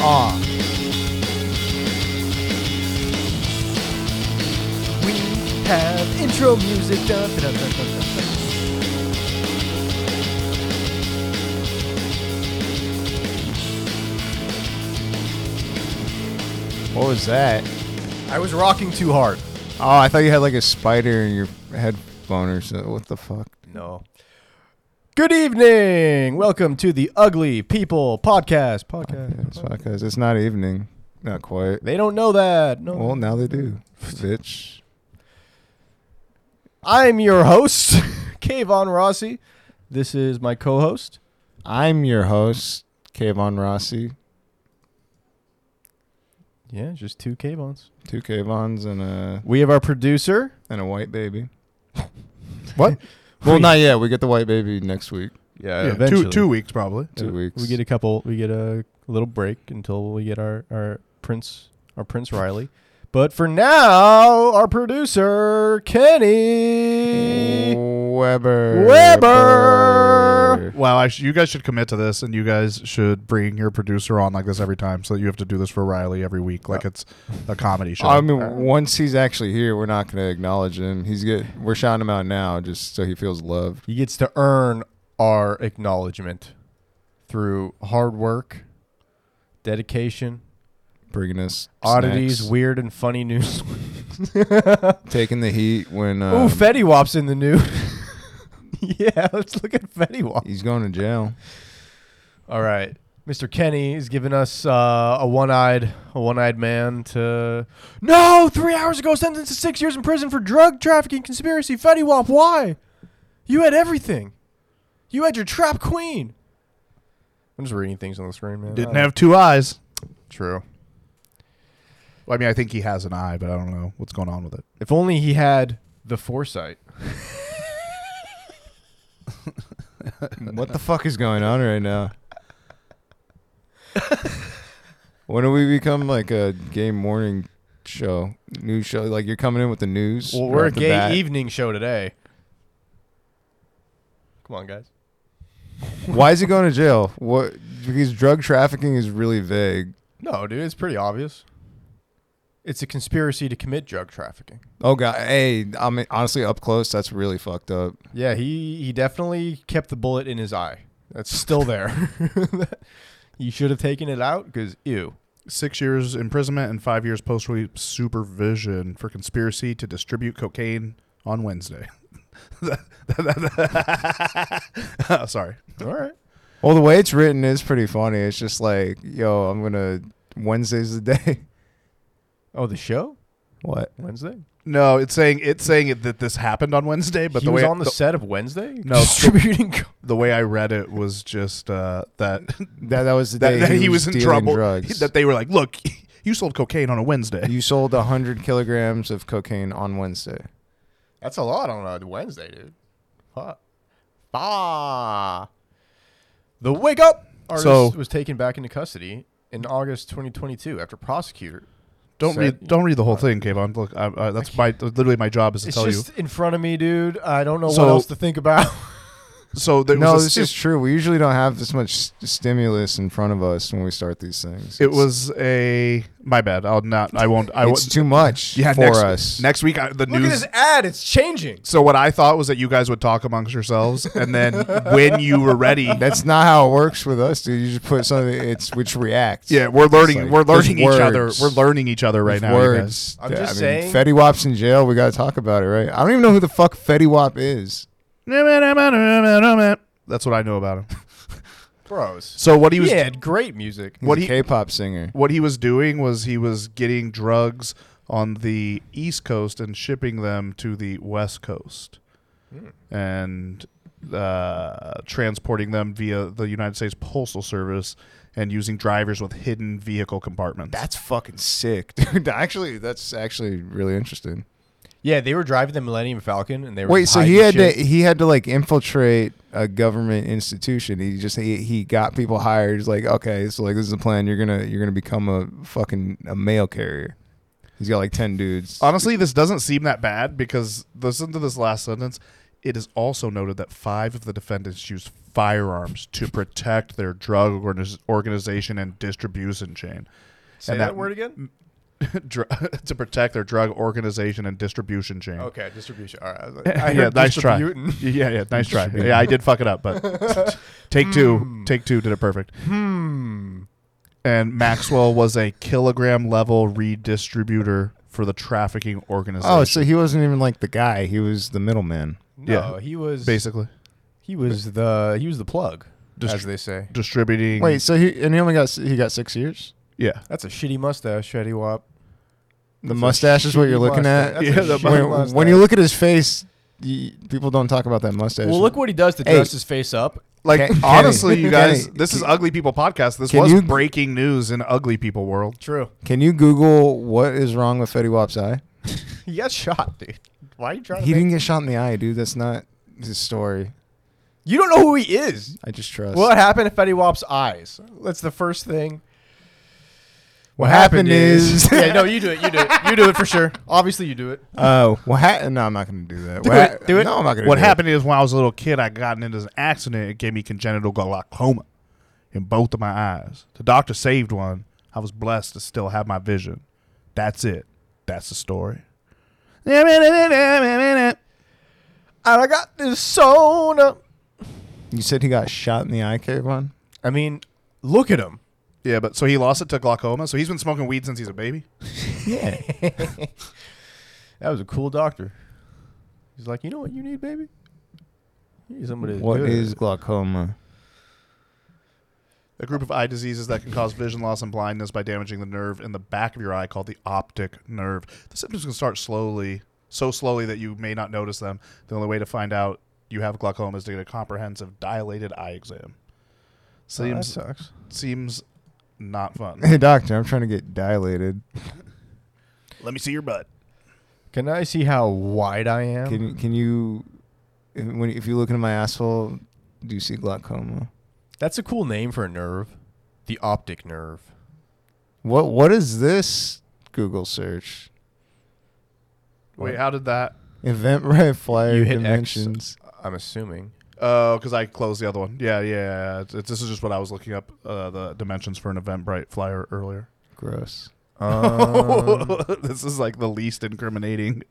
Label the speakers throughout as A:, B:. A: are. We have intro music. Dun, dun, dun, dun, dun, dun, dun.
B: What was that?
A: I was rocking too hard.
B: Oh, I thought you had like a spider in your headphone or something. What the fuck?
A: No. Good evening. Welcome to the Ugly People Podcast. Podcast.
B: It's podcast. It's not evening. Not quite.
A: They don't know that. No.
B: Well, now they do. Bitch.
A: I'm your host, Kayvon Rossi. This is my co-host.
B: I'm your host, Kayvon Rossi.
A: Yeah, just two Kayvons.
B: Two Kayvons and a
A: We have our producer.
B: and a white baby. what? Well, not yet. We get the white baby next week.
C: Yeah,
A: eventually.
C: two two weeks probably.
B: Two
A: Uh,
B: weeks.
A: We get a couple. We get a little break until we get our our prince our Prince Riley. But for now, our producer Kenny.
B: Weber.
A: Weber.
C: Wow, I sh- you guys should commit to this, and you guys should bring your producer on like this every time, so that you have to do this for Riley every week, like it's a comedy show. Uh,
B: I mean, once he's actually here, we're not going to acknowledge him. He's get we're shouting him out now just so he feels loved.
A: He gets to earn our acknowledgement through hard work, dedication,
B: Bringing us
A: oddities,
B: snacks.
A: weird and funny news.
B: taking the heat when
A: Ooh,
B: um,
A: Fetty Wap's in the news. yeah, let's look at Fetty Wap.
B: he's going to jail.
A: All right. Mr. Kenny is giving us uh, a one-eyed, a one-eyed man to. No, three hours ago, sentenced to six years in prison for drug trafficking conspiracy. Fetty Wap, why? You had everything. You had your trap queen. I'm just reading things on the screen, man.
C: Didn't
A: I-
C: have two eyes.
A: true.
C: Well, I mean, I think he has an eye, but I don't know what's going on with it.
A: If only he had the foresight.
B: what the fuck is going on right now? when do we become like a gay morning show, news show? Like you're coming in with the news.
A: Well, we're a
B: right off the
A: gay
B: bat.
A: evening show today. Come on, guys.
B: Why is he going to jail? What? Because drug trafficking is really vague.
A: No, dude, it's pretty obvious. It's a conspiracy to commit drug trafficking.
B: Oh god, hey, I mean honestly, up close, that's really fucked up.
A: Yeah, he he definitely kept the bullet in his eye. That's still there. you should have taken it out because ew.
C: Six years imprisonment and five years post supervision for conspiracy to distribute cocaine on Wednesday. Sorry.
A: All right.
B: Well, the way it's written is pretty funny. It's just like, yo, I'm gonna Wednesday's the day.
A: Oh, the show
B: what?
A: Wednesday.
C: No, it's saying it's saying it, that this happened on Wednesday,
A: But
C: but
A: he
C: the
A: was
C: way
A: on the, set of Wednesday.
C: No,
A: distributing. co-
C: the way I read it was just uh, that
B: That that was the
C: that,
B: day
C: that he, was, in
B: dealing
C: trouble.
B: Drugs.
C: That they were like, "Look, you sold cocaine on a Wednesday."
B: you sold 100 kilograms of cocaine on Wednesday.
A: That's a lot on a Wednesday, dude. Huh. Bah. The wake up artist
C: So-
A: was taken back into custody in August 2022 after prosecutor.
C: don't
A: said-
C: read don't read the whole thing, Kayvon. Look, I, I, that's my literally my job is to
A: It's
C: tell
A: just in front of me, dude. I don't know
C: So-
A: what else to think about.
C: you. So there
B: no,
C: was a
B: this
C: sti-
B: is true. We usually don't have this much st- stimulus in front of us when we start these things.
C: it was a my bad. I'll not. I won't. I
B: it's
C: won't.
B: too much
C: Yeah,
B: for
C: next,
B: us.
C: next week I, the
A: Look at
C: news.
A: this ad. It's changing.
C: So what I thought was that you guys would talk amongst yourselves, and then when you were ready,
B: That's not how it works with us, dude. You just put something. It's which reacts.
C: yeah, we're learning.
B: like-
C: we're learning each
B: there's
C: other.
B: words.
C: We're learning each other right
B: With
C: now. you guys.
B: Words.
A: I'm
B: Yeah,
A: just
B: I mean,
A: saying-
B: Fetty Wap's in jail. We got to talk about it, right? I don't even know who the fuck Fetty Wap is.
C: That's what I know about him.
A: Bros.
C: So what he
A: He,
C: was
A: had great music.
B: He's
C: What
B: a
C: he-
B: K-pop singer.
C: what he was doing was he was getting drugs on the east coast and shipping them to the west coast
A: Hmm.
C: and uh, transporting them via the united states postal service and using drivers with hidden vehicle compartments
B: That's fucking sick, dude. Actually, that's actually really interesting.
A: Yeah, they were driving the Millennium Falcon, and they were
B: Wait,
A: just
B: so he
A: hiding shit.
B: had to he had to like infiltrate a government institution. He just he, he got people hired. He's like, okay, so like this is the plan. You're gonna you're gonna become a fucking a mail carrier. He's got like ten dudes.
C: honestly this doesn't seem that bad because listen to this last sentence It is also noted that five of the defendants used firearms to protect their drug organiz- organization and distribution chain.
A: Say
C: And
A: that,
C: that-
A: word again.
C: Dr- to protect their drug organization and distribution chain.
A: Okay, distribution. All right. I, was like,
C: Yeah,
A: I heard
C: nice try.
A: distributin'.
C: Yeah, yeah, nice try. Yeah, I did fuck it up, but take two, take two did it perfect.
A: Hmm.
C: And Maxwell was a kilogram level redistributor for the trafficking organization.
B: Oh, so he wasn't even like the guy. He was the middleman.
A: No, he was
C: basically
A: he was the he was the plug,
C: Distri-
A: as they say.
C: distributing.
B: Wait, so he and he only got s- he got six years.
C: yeah,
A: That's a shitty mustache, Shetty Wap.
B: The
A: That's a
B: mustache is what you're
A: shitty
B: looking
A: mustache.
B: at.
A: That's a
C: Yeah, the
A: shitty
B: When,
A: mustache.
B: when you look at his face, you, people don't talk about that mustache.
A: well, look what he does to
B: Hey.
A: dress his face up.
C: like
B: Kenny-
C: honestly, you guys,
B: Kenny,
C: this is Ugly People podcast. This
B: can
C: was
B: you-
C: breaking news in Ugly People world.
A: True.
B: Can you Google what is wrong with Fetty Wap's eye?
A: He got shot, dude. Why are you trying
B: He
A: to? Make-
B: didn't get shot in the eye, dude. That's not his story.
A: you don't know who he is.
B: I just trust.
A: What happened to Fetty Wap's eyes? That's the first thing.
B: What happened is.
A: yeah, no, you do it. You do it. You do it for sure. Obviously, you do it.
B: Oh, what ha- No, I'm not going to do that.
A: Do
B: What
A: it, do it.
B: No, I'm not going to.
C: What
B: do
C: happened is when I was a little kid, I got into an accident. It gave me congenital glaucoma in both of my eyes. The doctor saved one. I was blessed to still have my vision. That's it. That's the story. That's
A: And I got this soda.
B: It. You said he got shot in the eye, Kayvon.
A: I mean, look at him.
C: Yeah, but so he lost it to glaucoma. So he's been smoking weed since he's a baby.
B: Yeah.
A: That was a cool doctor. He's like, you know what you need, baby? You need somebody.
B: What
A: good.
B: is glaucoma?
C: A group of eye diseases that can cause vision loss and blindness by damaging the nerve in the back of your eye called the optic nerve. The symptoms can start slowly, so slowly that you may not notice them. The only way to find out you have glaucoma is to get a comprehensive dilated eye exam.
A: Oh, that
C: Seems
A: sucks.
C: seems not fun.
B: Hey, doctor, I'm trying to get dilated.
C: Let me see your butt.
A: Can I see how wide I am?
B: Can you- can you if- when if you look into my asshole, do you see glaucoma?
A: That's a cool name for a nerve. The optic nerve.
B: What what is this Google search?
C: Wait, how did that?
B: Eventbrite flyer
A: You hit X.
B: dimensions.
A: I'm assuming.
C: Oh, because I closed the other one. Yeah, yeah. yeah. It's- it's- this is just what I was looking up uh, the dimensions for an Eventbrite flyer earlier.
B: Gross.
A: Um,
B: Oh.
C: this is like the least incriminating.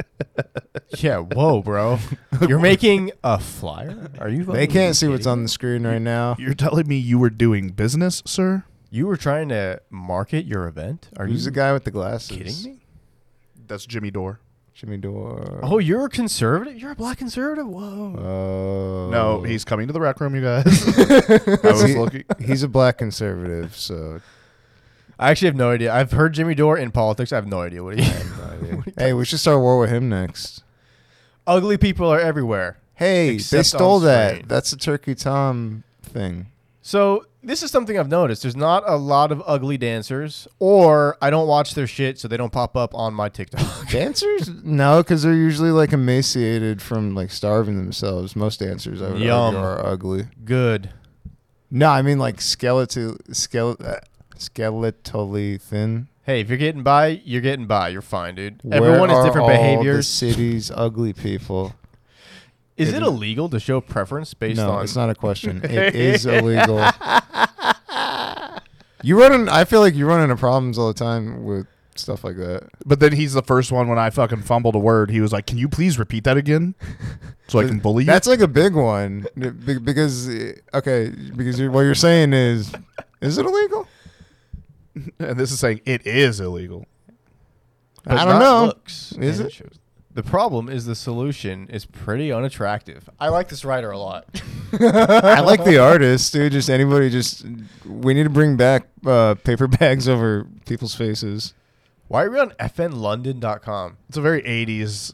A: yeah, whoa, bro. You're making a flyer? Are you?
B: They
A: fucking
B: can't see what's
A: kidding
B: on
A: me?
B: the screen right now.
C: You're telling me you were doing business, sir?
A: You were trying to market your event? Are
B: Who's
A: you
B: the guy with the glasses?
A: kidding me?
C: That's Jimmy Dore.
B: Jimmy Dore.
A: Oh, you're a conservative? You're a black conservative? Whoa.
B: Oh.
C: No, he's coming to the rec room, you guys. I was
B: See-
C: looking.
B: he's a black conservative, so
A: I actually have no idea. I've heard Jimmy Dore in politics. I have no idea what he.
B: hey, we should start a war with him next.
A: Ugly people are everywhere.
B: Hey, they
A: Except on
B: stole
A: screen.
B: that. That's a Turkey Tom thing.
A: So this is something I've noticed. There's not a lot of ugly dancers, or I don't watch their shit, so they don't pop up on my TikTok.
B: Dancers? No, because they're usually like emaciated from like starving themselves. Most dancers, I would
A: Yum.
B: argue, are ugly.
A: Good.
B: No, I mean like skeletal, skele- uh, skeletally thin.
A: Hey, if you're getting by, you're getting by. You're fine, dude.
B: Where
A: Everyone has
B: are
A: different
B: all the
A: behaviors.
B: city's ugly people.
A: is
B: it-
A: it illegal to show preference based
B: no,
A: on?
B: it's not a question. It is illegal. You run in, I feel like you run into problems all the time with stuff like that.
C: But then he's the first one when I fucking fumbled a word. He was like, "Can you please repeat that again, so I can bully you?"
B: That's like a big one be- because okay, because you're, what you're saying is, is it illegal?
C: and this is saying it is illegal.
A: but
B: I
A: not
B: don't know.
A: looks.
B: Is
A: And
B: it?
A: shows- The problem is the solution is pretty unattractive. I like this writer a lot.
B: I like the artist, dude. Just anybody. Just we need to bring back uh, paper bags over people's faces.
A: Why are we on fnlondon.com?
C: It's a very '80s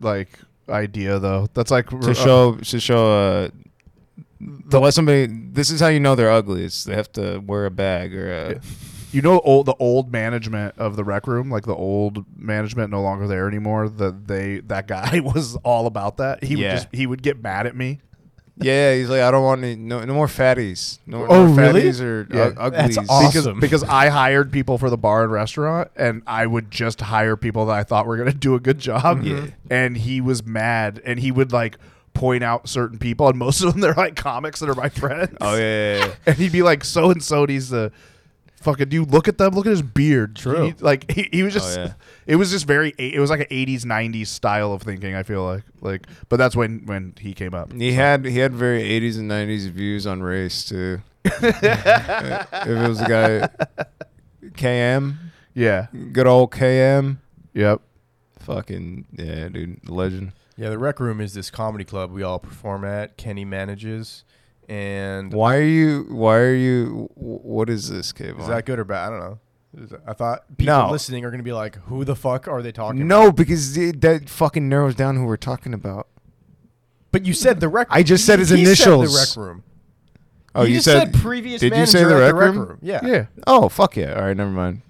C: like idea, though. That's like uh,
B: to show to show uh to let somebody this is how you know they're ugly it's they have to wear a bag or a
C: you know old, the old management of the rec room like the old management no longer there anymore that they that guy was all about that he
B: Yeah.
C: would just he would get mad at me
B: yeah he's like i don't want any no, no more fatties no, no
A: Oh,
B: more
A: really?
B: fatties or
C: Yeah.
B: u- uglies
A: That's awesome.
C: because because i hired people for the bar and restaurant and i would just hire people that i thought were going to do a good job and he was mad and he would like point out certain people, and most of them they're like comics that are my friends.
B: Oh yeah, yeah, yeah.
C: and he'd be like, "So and so, he's the fucking. You look at them. Look at his beard.
A: True.
C: He- like he, he was
B: Oh,
C: just.
B: yeah.
C: It was just very. It was like an '80s, '90s style of thinking. I feel like like, but that's when when he came up.
B: he had he had very 80s and 90s views on race too. if it was a guy, KM,
C: Yeah.
B: good old KM,
C: Yep.
B: fucking yeah, dude, legend.
A: Yeah, the Rec Room is this comedy club we all perform at. Kenny manages, and
B: Why are you? Why are you? wh- What is this, Kayvon?
A: is that good or bad? I don't know. Is that- I thought people
B: No.
A: listening are gonna be like, "Who the fuck are they talking?" about?
B: no, because it, that fucking narrows down who we're talking about.
A: but you said the Rec.
B: I just said his
A: he
B: initials.
A: the Rec Room.
B: Oh,
A: He
B: you
A: just
B: said,
A: previous.
B: did you
A: manager
B: say the
A: at
B: Rec Room?
A: Yeah.
C: Yeah.
B: Oh, fuck yeah! All right, never mind.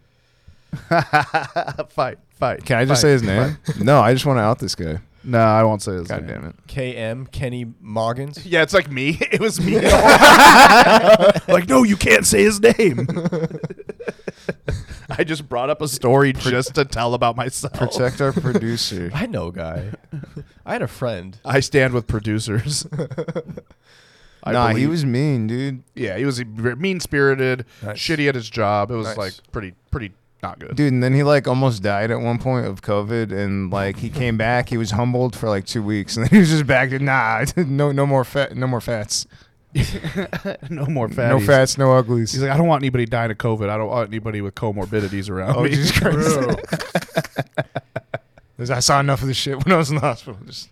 C: fight. Fight.
B: Can I just
C: fight,
B: say his name? no, I just want to out this guy.
C: fight. No, I won't say his
B: God
C: name.
B: damn it!
A: KM Kenny Moggins.
C: Yeah, it's like me. It was me. like, no, you can't say his name. I just brought up a story just to tell about myself.
B: Protect our producer.
A: I know a guy. I had a friend.
C: I stand with producers. I
B: nah, he
C: believe-
B: was mean, dude.
C: Yeah, he was mean spirited,
A: Nice.
C: shitty at his job. It was
A: Nice.
C: like pretty, pretty not good.
B: Dude, and then he like almost died at one point of COVID, and like he came back. He was humbled for like two weeks, and then he was just back to nah, no, no more fat, no more fats,
C: no more
B: no
C: fatties.
B: fats, no uglies.
C: He's like, I don't want anybody dying of COVID. I don't want anybody with comorbidities around
B: oh
C: me.
B: Jesus Christ! I saw enough of this shit when I was in the hospital. Just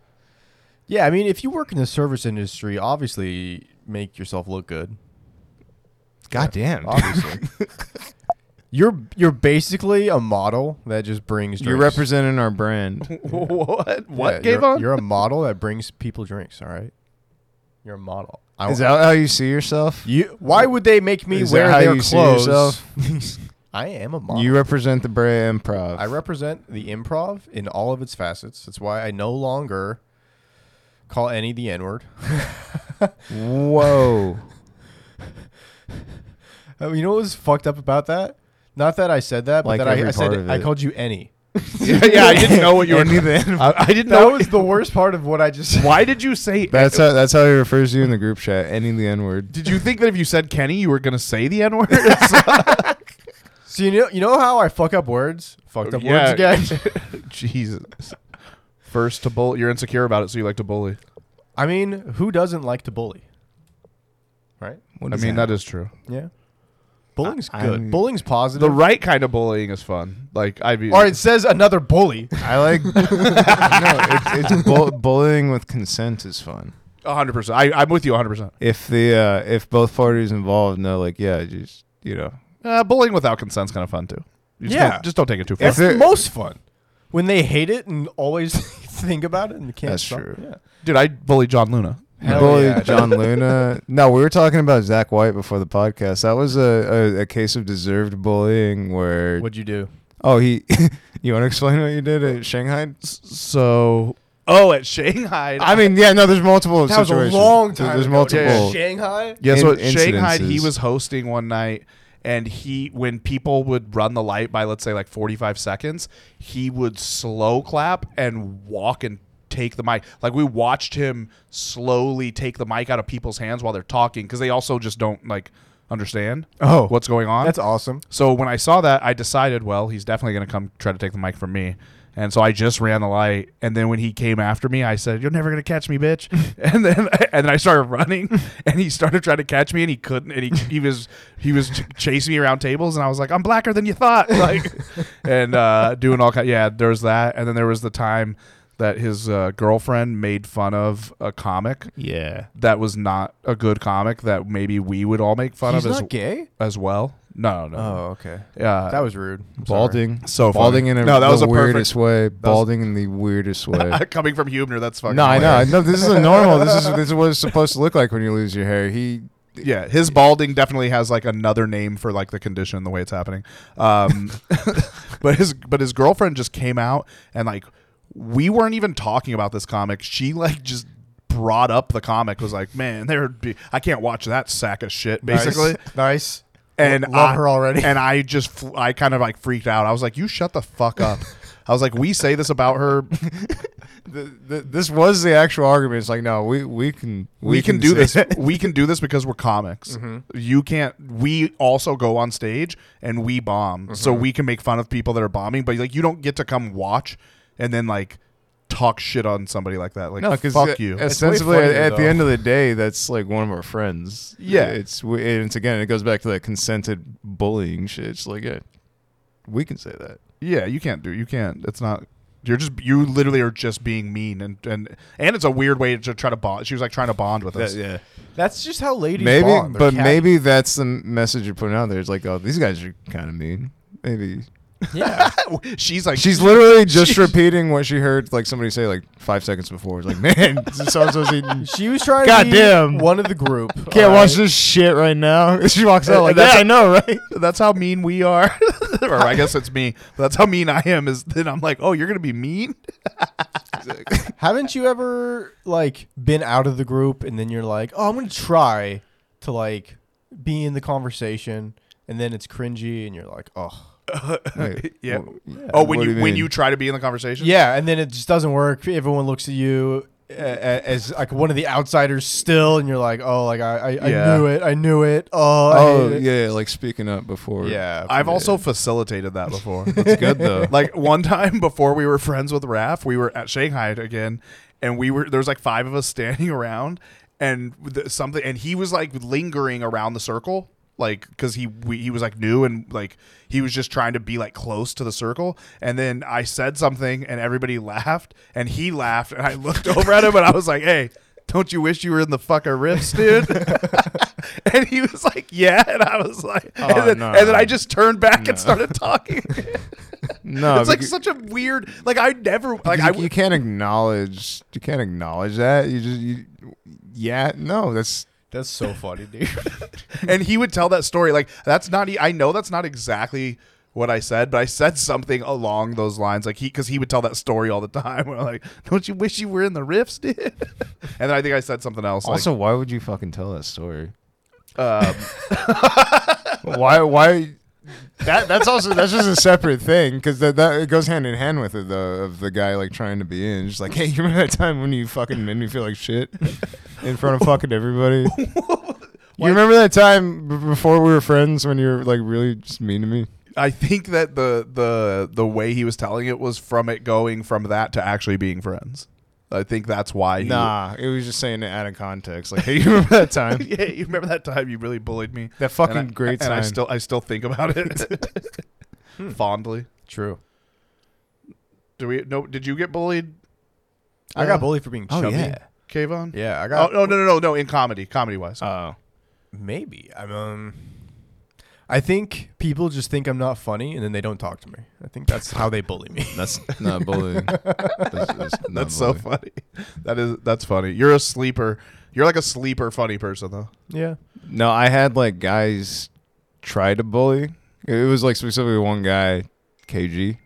A: yeah, I mean, if you work in the service industry, obviously make yourself look good.
B: goddamn,
A: Obviously. You're you're basically a model that just brings drinks.
B: you're representing our brand.
C: what? What,
A: Yeah,
C: gave
A: you're,
C: on?
A: You're a model that brings people drinks. All right, you're a model. I,
B: Is that how you see yourself?
A: you? Why would they make me
B: Is that
A: wear
B: how
A: their
B: you see
A: clothes?
B: yourself?
A: I am a model.
B: You represent the Brea Improv.
A: I represent the improv in all of its facets. That's why I no longer call any the N word.
B: Whoa.
A: Uh, you know what was fucked up about that? Not that I said that, but
B: Like
A: that I,
B: every
A: I
B: part of
A: said I
B: it.
A: called you any.
C: yeah, yeah, I didn't know what you were.
B: Any then.
C: I, I didn't
A: That
C: know.
A: was the worst part of what I just said.
C: why did you say?
B: That's how that's how he refers to you in the group chat. Any the N word.
C: did you think that if you said Kenny, you were gonna say the N word?
A: So you know, you know how I fuck up words? Fucked up words again.
C: Jesus. First to bully, you're insecure about it, so you like to bully.
A: I mean, who doesn't like to bully? Right?
C: I mean, that is true.
A: Yeah. Bullying's
B: I-
A: good.
B: I'm-
A: Bullying's positive.
C: The right kind of bullying is fun. Like I mean,
A: or it says another bully.
B: I like. no, it's, it's bull, bullying with consent is fun.
C: 100. percent I I'm with you 100. percent
B: If the uh, if both parties involved know, like, yeah, just you know,
C: uh, Bullying without consent's kind of fun too. You just
A: Yeah.
C: don't, just don't take it too far.
A: That's
B: If
A: the
B: it-
A: most fun. When they hate it and always think about it and can't
B: That's
A: stop.
B: true.
A: Yeah.
C: Dude, I bully John Luna.
B: you
A: Hell
B: bully
A: yeah.
B: John Luna. No, we were talking about Zach White before the podcast. That was a, a, a case of deserved bullying where.
A: What'd you do?
B: Oh, he. you want to explain what you did at Shanghai?
C: S- So, oh, at Shanghai.
B: I mean, yeah, no, there's multiple
A: That was a
B: situations.
A: long
B: There-
A: time
B: There's
A: ago,
B: multiple.
A: dude.
C: Yeah.
A: Shanghai?
C: Yeah, so
B: in-
C: at Shanghai, he
B: incidences.
C: was hosting one night, and he, when people would run the light by, let's say, like 45 seconds, he would slow clap and walk and take the mic. Like, we watched him slowly take the mic out of people's hands while they're talking because they also just don't, like, understand
A: Oh.
C: what's going on.
A: That's awesome.
C: So when I saw that, I decided, well, he's definitely going to come try to take the mic from me. And so I just ran the light, and then when he came after me, I said, "You're never gonna catch me, bitch!" and then and then I started running, and he started trying to catch me, and he couldn't, and he, he was he was ch- chasing me around tables, and I was like, "I'm blacker than you thought," like, and uh, doing all kind. Yeah, there was that, and then there was the time that his uh, girlfriend made fun of a comic
B: Yeah.
C: that was not a good comic that maybe we would all make fun
A: He's
C: of
A: not
C: as,
A: gay?
C: as well. No, no,
A: Oh, okay.
C: no. Uh,
A: That was rude. I'm sorry.
B: Balding.
C: So funny.
B: balding in a,
C: No, that
B: the
C: was a perfect-
B: weirdest way.
C: was-
B: Balding in the weirdest way.
C: coming from Hubner, that's fucking.
B: no, I know. I
C: hilarious.
B: know. This is a normal. This is this is what it's supposed to look like when you lose your hair. He.
C: Yeah, his balding definitely has like another name for like the condition, the way it's happening. Um, but his but his girlfriend just came out and like we weren't even talking about this comic. She like just brought up the comic. Was like, man, there would be I can't watch that sack of shit. Basically,
A: nice. nice.
C: and
A: Lo- love
B: Ah.
C: I-
A: her already.
C: And I just, fl- I kind of like freaked out. I was like, "You shut the fuck up." I was like, we say this about her.
B: The, the, this was the actual argument. It's like, no, we we can
C: We, can, do
B: say
C: this.
B: that. Mm-hmm.
C: we can do this because we're comics. You can't. We also go on stage and we bomb, so
B: Mm-hmm.
C: we can make fun of people that are bombing. But like, you don't get to come watch and then like talk shit on somebody like that. Like,
B: No, because
C: fuck you.
B: Essentially,
A: funnier,
B: at, at the
A: though.
B: end of the day, that's like one of our friends.
C: Yeah.
B: it's we- and it's again, it goes back to that consented bullying shit. It's like, yeah, we can say that.
C: Yeah, you can't do. You can't. It's not. You're just. You literally are just being mean, and and and it's a weird way to try to bond. She was like trying to bond with us.
B: yeah,
A: That's just how ladies
B: maybe,
A: bond. They're
B: but
A: catty.
B: maybe that's the message you're putting out there. It's like, oh, these guys are kind of mean. Maybe
A: yeah.
C: She's like.
B: she's literally just repeating what she heard, like somebody say, like five seconds before. It's like, man, so so's eating.
A: She was trying to be
B: Goddamn.
A: one of the group.
B: Can't
A: all
B: watch
A: right?
B: this shit right now. She walks out like,
C: That's
B: yeah,
C: a-
B: I know, right?
C: That's how mean we are. or I guess it's me. That's how mean I am. Is then I'm like, oh, you're gonna be mean.
A: Haven't you ever like been out of the group and then you're like, oh, I'm gonna try to like be in the conversation, and then it's cringy, and you're like, oh,
B: Wait,
C: Yeah.
B: wh-
C: oh, when
B: what do
C: you, when
B: mean?
C: you try to be in the conversation.
A: yeah, and then it just doesn't work. Everyone looks at you a- a- as like one of the outsiders still, and you're like, oh, like I I,
C: Yeah.
A: I knew it, I knew it. Oh, I
B: Oh
A: hated it."
B: yeah, like speaking up before.
A: yeah.
C: I've also facilitated that before.
B: it's good though.
C: like one time before we were friends with Raph, we were at Shanghai again, and we were there was like five of us standing around, and the, something, and he was like lingering around the circle, like because he we, he was like new and like he was just trying to be like close to the circle, and then I said something, and everybody laughed, and he laughed, and I looked over at him, and I was like, hey. Don't you wish you were in the fucker riffs, dude? and he was like, "Yeah," and I was like,
B: Oh,
C: and, then,
B: no.
C: and then I just turned back
B: No.
C: and started talking.
B: no,
C: it's like
B: becau-
C: such a weird. Like I never like
B: you,
C: I
B: you
C: would
B: can't acknowledge you can't acknowledge that. You just you, yeah, no, that's
A: that's so funny, dude.
C: and he would tell that story. Like that's not. e- I know that's not exactly what I said, but I said something along those lines. Like he because he would tell that story all the time. Where I'm like, don't you wish you were in the riffs, dude? and then I think I said something else.
B: also why would you fucking tell that story?
C: like, um,
B: why why that that's also that's just a separate thing because that, that it goes hand in hand with it though of the guy like trying to be in just like hey you remember that time when you fucking made me feel like shit in front of fucking everybody. You remember that time b- before we were friends when you were like really just mean to me?
C: I think that the the the way he was telling it was from it going from that to actually being friends. I think that's why. he-
B: Nah, it was just saying it out of context. Like, hey, you remember that time?
C: yeah, you remember that time you really bullied me?
B: That fucking
C: and I,
B: great
C: and
B: time.
C: I still I still think about it fondly.
A: True.
C: Do we? No. Did you get bullied,
A: I
C: Yeah.
A: got bullied for being
B: Oh,
A: chubby.
B: yeah.
C: Kayvon?
A: Yeah, I
C: Oh
A: got
C: no no no no! no, In comedy, comedy wise.
B: oh.
A: Maybe. I'm. Um, I think people just think I'm not funny, and then they don't talk to me. I think that's how they bully me.
B: That's not bullying. that's that's, not
C: that's so
B: bullying.
C: funny. That is that's funny. You're a sleeper. You're like a sleeper funny person though.
A: yeah.
B: No, I had like guys try to bully. It was like specifically one guy, KG.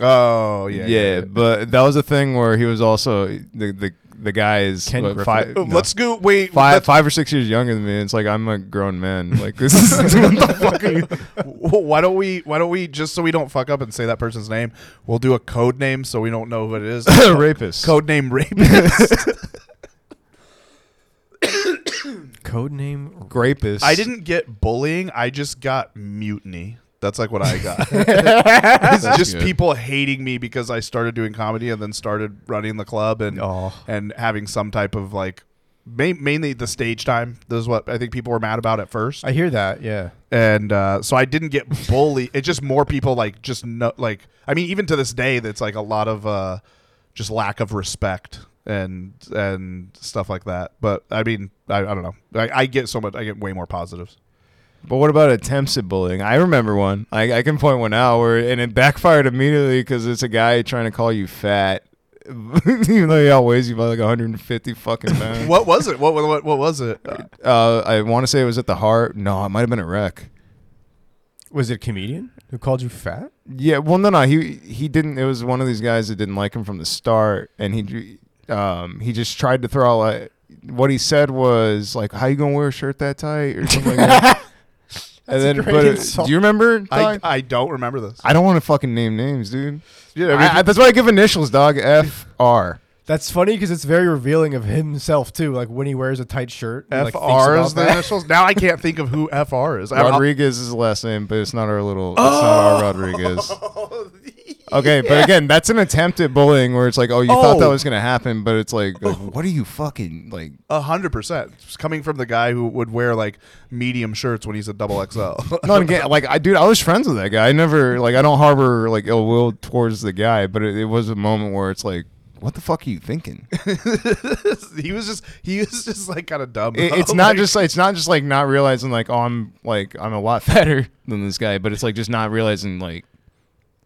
C: Oh
B: Yeah, but that was a thing where he was also the the, the guy is
A: Ken
B: what,
A: Griffin.
B: five,
C: Oh,
B: no,
C: Let's go. Wait.
B: five
C: let's-
B: five or six years younger than me. It's like I'm a grown man. Like this is what the fuck are you?
C: Why don't we? Why don't we just so we don't fuck up and say that person's name? We'll do a code name so we don't know who it is.
B: rapist.
C: code name rapist.
A: Codename.
B: Grapist.
C: I didn't get bullying. I just got mutiny. That's like what I got. it's
B: That's
C: just
B: good.
C: people hating me because I started doing comedy and then started running the club and
A: Oh.
C: and having some type of like ma- mainly the stage time. This is what I think people were mad about at first.
A: I hear that. Yeah.
C: and uh, so I didn't get bullied. it's just more people like just no like I mean even to this day that's like a lot of uh, just lack of respect and and stuff like that. But I mean I, I don't know. I, I get so much. I get way more positives.
B: But what about attempts at bullying? I remember one. I, I can point one out where, and it backfired immediately because it's a guy trying to call you fat, even though he outweighs you by like 150 fucking pounds.
C: What was it? What what what was it?
B: Uh, I want to say it was at the heart. No, it might have been a wreck.
A: Was it a comedian who called you fat?
B: Yeah, well, no, no, he he didn't. It was one of these guys that didn't like him from the start, and he um he just tried to throw out. What he said was like, "How you gonna wear a shirt that tight?" or something like that.
A: That's a
B: and then,
A: great
B: but
A: insult.
B: do you remember? Dog?
C: I, I don't remember this.
B: I don't want to fucking name names, dude.
C: Yeah, I mean,
B: I- I- that's why I give initials, dog. F R.
A: That's funny because it's very revealing of himself too. Like when he wears a tight shirt. he, like,
C: FR
A: thinks
C: is
A: about
C: the
A: that.
C: initials. Now I can't think of who FR is. I-
B: Rodriguez is the last name, but it's not our little. It's not
C: Oh!
B: our Rodriguez. Okay, but again, that's an attempt at bullying where it's like, oh, you thought that
C: Oh.
B: was gonna happen, but it's like, like, what are you fucking like?
C: A hundred percent. It's Coming from the guy who would wear like medium shirts when he's a double XL.
B: No, and again, like I, dude, I was friends with that guy. I never, like, I don't harbor like ill will towards the guy, but it, it was a moment where it's like, what the fuck are you thinking?
C: he was just he was just like kind of dumb.
B: It, it's not just, it's not just like not realizing like, oh, I'm like, I'm a lot fatter than this guy, but it's like just not realizing like,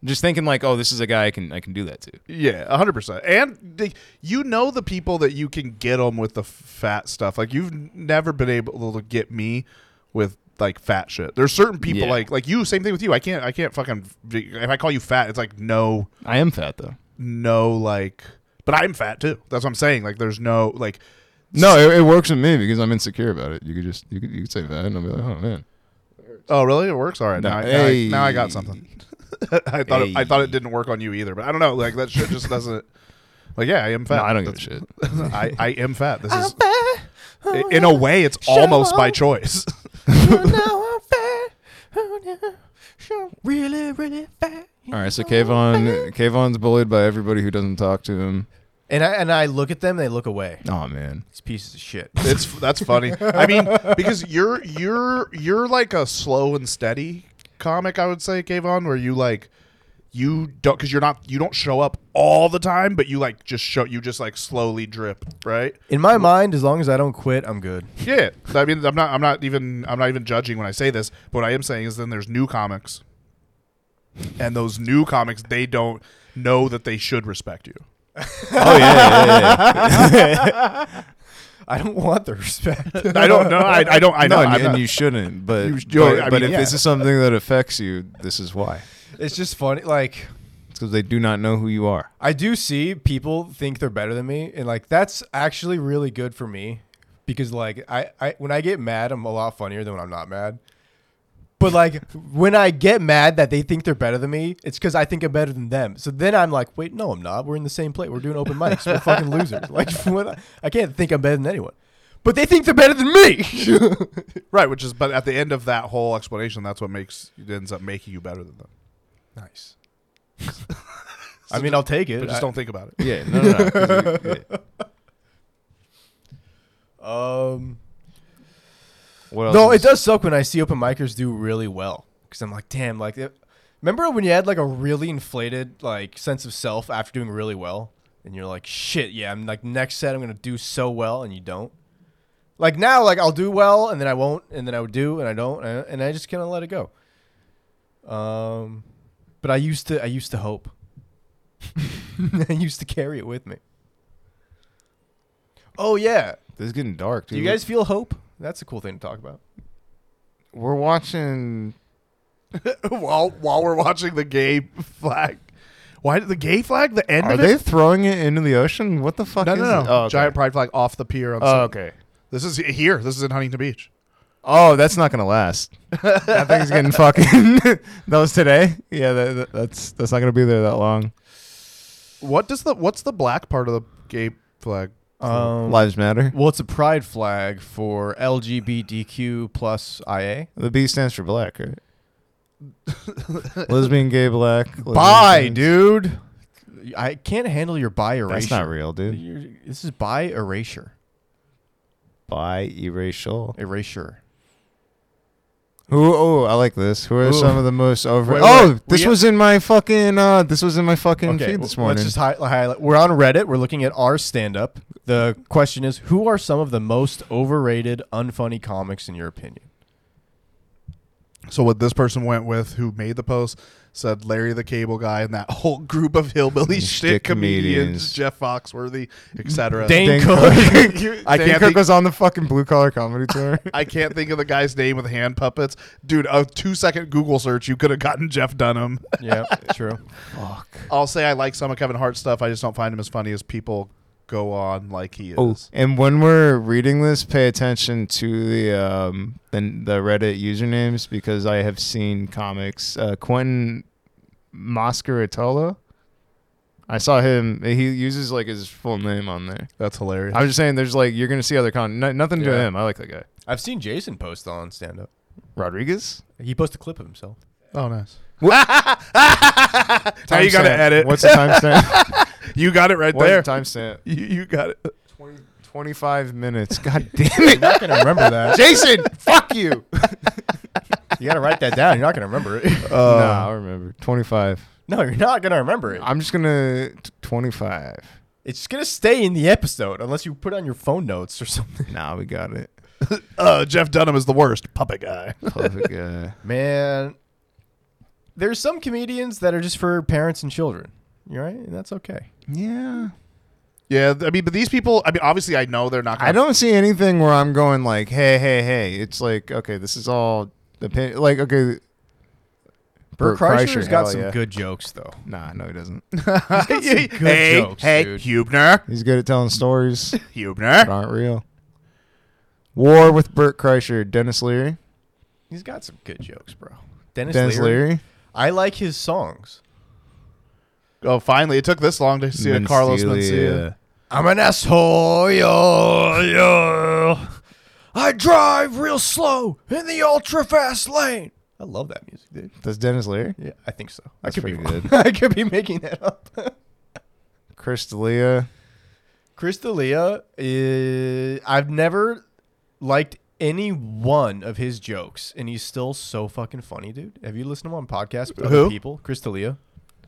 B: just thinking like, oh, this is a guy I can, I can do that to.
C: yeah, a hundred percent. And the, you know the people that you can get them with the f- fat stuff. Like you've never been able to get me with like fat shit. There's certain people
B: Yeah.
C: like like you. Same thing with you. I can't I can't fucking if I call you fat, it's like no
B: I am fat though.
C: no like. But I'm fat too. That's what I'm saying. Like there's no like
B: No, it, it works with me because I'm insecure about it. You could just, you could, you could say that, and I'll be like, oh man.
C: Oh, really? It works. All right.
B: No.
C: Now, I, now I-
B: Hey.
C: now I got something. I thought it, I
B: Hey.
C: thought it didn't work on you either, but I don't know. Like that shit just doesn't. Like yeah, I am fat.
B: No, I don't give a shit.
C: I, I am fat. This is
A: Oh,
C: in a way, it's almost by choice.
A: Oh, Really, really fat.
B: All right, so Kayvon, Kayvon's bullied by everybody who doesn't talk to him.
A: And I and I look at them, they look away.
B: Oh man,
A: It's pieces of shit.
C: It's that's funny. I mean, because you're you're you're like a slow and steady comic. I would say, Kayvon, where you like you don't because you're not you don't show up all the time, but you like just show you just like slowly drip right.
A: In my mind, as long as I don't quit, I'm good.
C: Yeah, I mean, I'm not, I'm not even, I'm not even judging when I say this. But what I am saying is, then there's new comics, and those new comics they don't know that they should respect you.
B: oh yeah, yeah, yeah,
A: I don't want the respect.
C: I don't know. I, I don't. I
B: yeah.
C: know.
B: no, and,
C: I'm
B: and
C: not-
B: you shouldn't. But
C: You sh-
B: but,
C: I mean,
B: but if
C: yeah.
B: this is something that affects you, this is why.
A: it's just funny. Like
B: It's because they do not know who you are.
A: I do see people think they're better than me, and like that's actually really good for me because like I, I when I get mad, I'm a lot funnier than when I'm not mad. But like when I get mad that they think they're better than me, it's because I think I'm better than them. So then I'm like, wait, no, I'm not. We're in the same plate. We're doing open mics. We're fucking losers. Like what, I can't think I'm better than anyone. But they think they're better than me.
C: right, which is, but at the end of that whole explanation, that's what makes it ends up making you better than them.
A: nice. I mean, I'll take it.
C: But just
A: I-
C: don't think about it.
B: Yeah, no, no, no. 'cause you- yeah.
A: Um,
B: What else?
A: No, it
B: is-
A: does suck when I see open micers do really well because I'm like, damn, like, it, remember when you had like a really inflated like sense of self after doing really well, and you're like, shit, yeah, I'm like next set I'm gonna do so well, and you don't. Like now, like I'll do well, and then I won't, and then I would do, and I don't, and I, and I just kind of let it go. Um, but I used to, I used to hope. I used to carry it with me. Oh yeah,
B: This is getting dark,
A: do
B: dude.
A: you guys feel hope? That's a cool thing to talk about.
B: we're watching.
C: while while we're watching the gay flag, why did the gay flag? The end
B: Are
C: of
B: they
C: it?
B: throwing it into the ocean? What the fuck?
C: No,
B: is
C: no, no.
B: It? Oh, okay.
C: Giant pride flag off the pier. On
B: Oh,
C: Sunday.
B: okay.
C: This is here. This is in Huntington Beach.
B: Oh, that's not gonna last. that thing's getting fucking. that was today. Yeah, that, that, that's that's not gonna be there that long.
C: What does the what's the black part of the gay flag?
A: Um,
B: Lives matter.
A: well, it's a pride flag for LGBTQ plus IA.
B: The B stands for black, right? lesbian, gay, black. lesbian,
A: Bi,
B: trans.
A: dude. I can't handle your bi erasure.
B: That's not real, dude.
A: You're- This is bi erasure.
B: Bi, erasure.
A: Erasure.
B: Who? Oh, I like this. Who are
A: Ooh.
B: some of the most over?
A: Wait,
B: oh,
A: wait,
B: this
A: we-
B: was in my fucking. Uh, this was in my fucking
A: Okay,
B: feed this
A: well,
B: morning.
A: let's just hi- highlight. We're on Reddit. We're looking at our stand up. The question is Who are some of the most overrated, unfunny comics in your opinion?
C: So what this person went with, who made the post, said Larry the Cable Guy and that whole group of hillbilly shit
B: Shtick
C: comedians,
B: comedians.
C: Jeff Foxworthy, etc.
A: Dane-
B: Dan
A: Cook.
B: Cook.
C: I
B: I Dan
C: can't think-
B: Cook was on the fucking blue collar comedy tour.
C: I can't think of the guy's name with hand puppets, dude. A two-second Google search, you could have gotten Jeff Dunham.
A: Yeah, true.
B: Fuck.
C: I'll say I like some of Kevin Hart's stuff. I just don't find him as funny as people go on like he is.
B: Oh, and when we're reading this, pay attention to the um the, the Reddit usernames because I have seen comics. Uh, Quentin Mascaratola. I saw him. He uses like his full name on there.
C: That's hilarious.
B: I'm just saying, there's like you're gonna see other con. No, nothing to
A: Yeah.
B: him. I like that guy.
A: I've seen Jason post on stand up.
B: Rodriguez.
A: He posted a clip of himself.
C: oh, nice.
B: How
C: Now you gotta edit.
B: What's the timestamp?
C: You got it right
B: What's
C: there.
B: the timestamp?
C: You, you got it.
B: 20, 25 minutes. God damn it,
A: You're not gonna remember that.
B: Jason! fuck you.
A: You gotta write that down. You're not gonna remember it.
C: Uh,
B: no, I remember. 25.
A: no, you're not gonna remember it.
B: I'm just gonna t- 25.
A: It's just gonna stay in the episode unless you put it on your phone notes or something.
B: Nah, we got it.
C: Uh, Jeff Dunham is the worst puppet guy.
B: Perfect guy.
A: Man, there's some comedians that are just for parents and children. You right? And that's okay.
B: Yeah.
C: Yeah, th- I mean, but these people. I mean, obviously, I know they're not. Gonna
B: I don't see anything where I'm going like, hey, hey, hey. It's like, okay, this is all opinion. Like, okay.
A: Bert,
B: Bert
A: Kreischer's
B: Kreischer,
A: got
B: hell
A: some
B: yeah.
A: good jokes though.
B: Nah, no, he doesn't.
A: some good
C: hey,
A: jokes,
C: hey,
A: dude.
C: Hubner,
B: He's good at telling stories that
C: Hubner.
B: aren't real. War with Burt Kreischer, Dennis Leary.
A: He's got some good jokes, bro. Dennis,
B: Dennis
A: Leary.
B: Leary.
A: I like his songs.
C: Oh, finally, it took this long to see a Carlos Mencia.
A: I'm an asshole, yo, yo. I drive real slow in the ultra fast lane. I love that music, dude.
B: That's Dennis Leary.
A: Yeah, I think so.
B: That's
A: I could be
B: pretty
A: wrong.
B: good.
A: I could be making that up.
B: Chris D'Elia.
A: Chris D'Elia, is, eh, I've never liked any one of his jokes, and he's still so fucking funny, dude. Have you listened to him on podcasts with other
C: Who?
A: people? Chris D'Elia.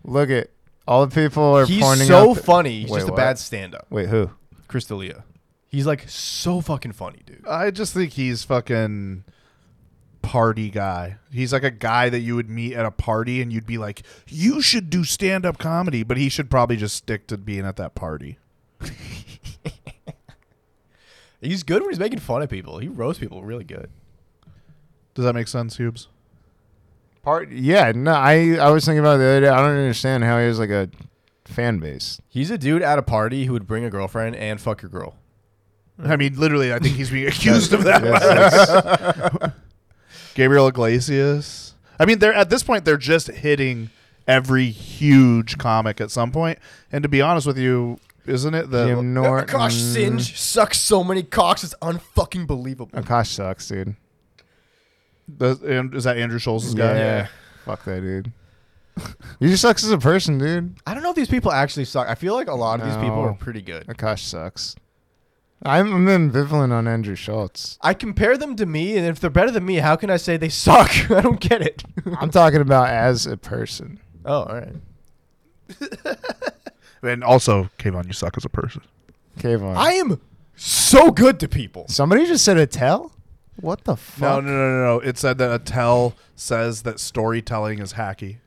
B: Look at all the people are
A: He's
B: pointing
A: so
B: out that-
A: funny. He's
B: Wait,
A: just a
B: what?
A: bad stand-up.
B: Wait, who?
A: Chris D'Elia. He's like so fucking funny, dude.
C: I just think he's fucking party guy. He's like a guy that you would meet at a party, and you'd be like, "You should do stand up comedy," but he should probably just stick to being at that party.
A: He's good when he's making fun of people. He roasts people really good.
C: Does that make sense, Hubes?
B: Part yeah, no, I I was thinking about it the other day. I don't understand how he has like a fan base.
A: He's a dude at a party who would bring a girlfriend and fuck your girl.
C: I mean, literally, I think he's being accused of that.
B: That's- that's-
C: Gabriel Iglesias. I mean, they're at this point they're just hitting every huge comic at some point. And to be honest with you, isn't it the
B: Jim
A: Oh
B: Norton.
A: sucks so many cocks. It's unfucking believable.
B: Akash sucks, dude.
C: the and is that Andrew Schultz's
B: Yeah.
C: guy?
B: Fuck that dude. he just sucks as a person, dude.
A: I don't know if these people actually suck. I feel like a lot of these people
B: No.
A: are pretty good.
B: Akash sucks. I'm, I'm ambivalent on Andrew Schultz.
A: I compare them to me, and if they're better than me, how can I say they suck? I don't get it.
B: I'm talking about as a person.
A: oh, all right.
C: And also Kayvon, you suck as a person.
B: Kayvon.
A: I am so good to people.
B: Somebody just said a tell? What the fuck?
C: No, no, no, no, no. It said that Attell says that storytelling is hacky.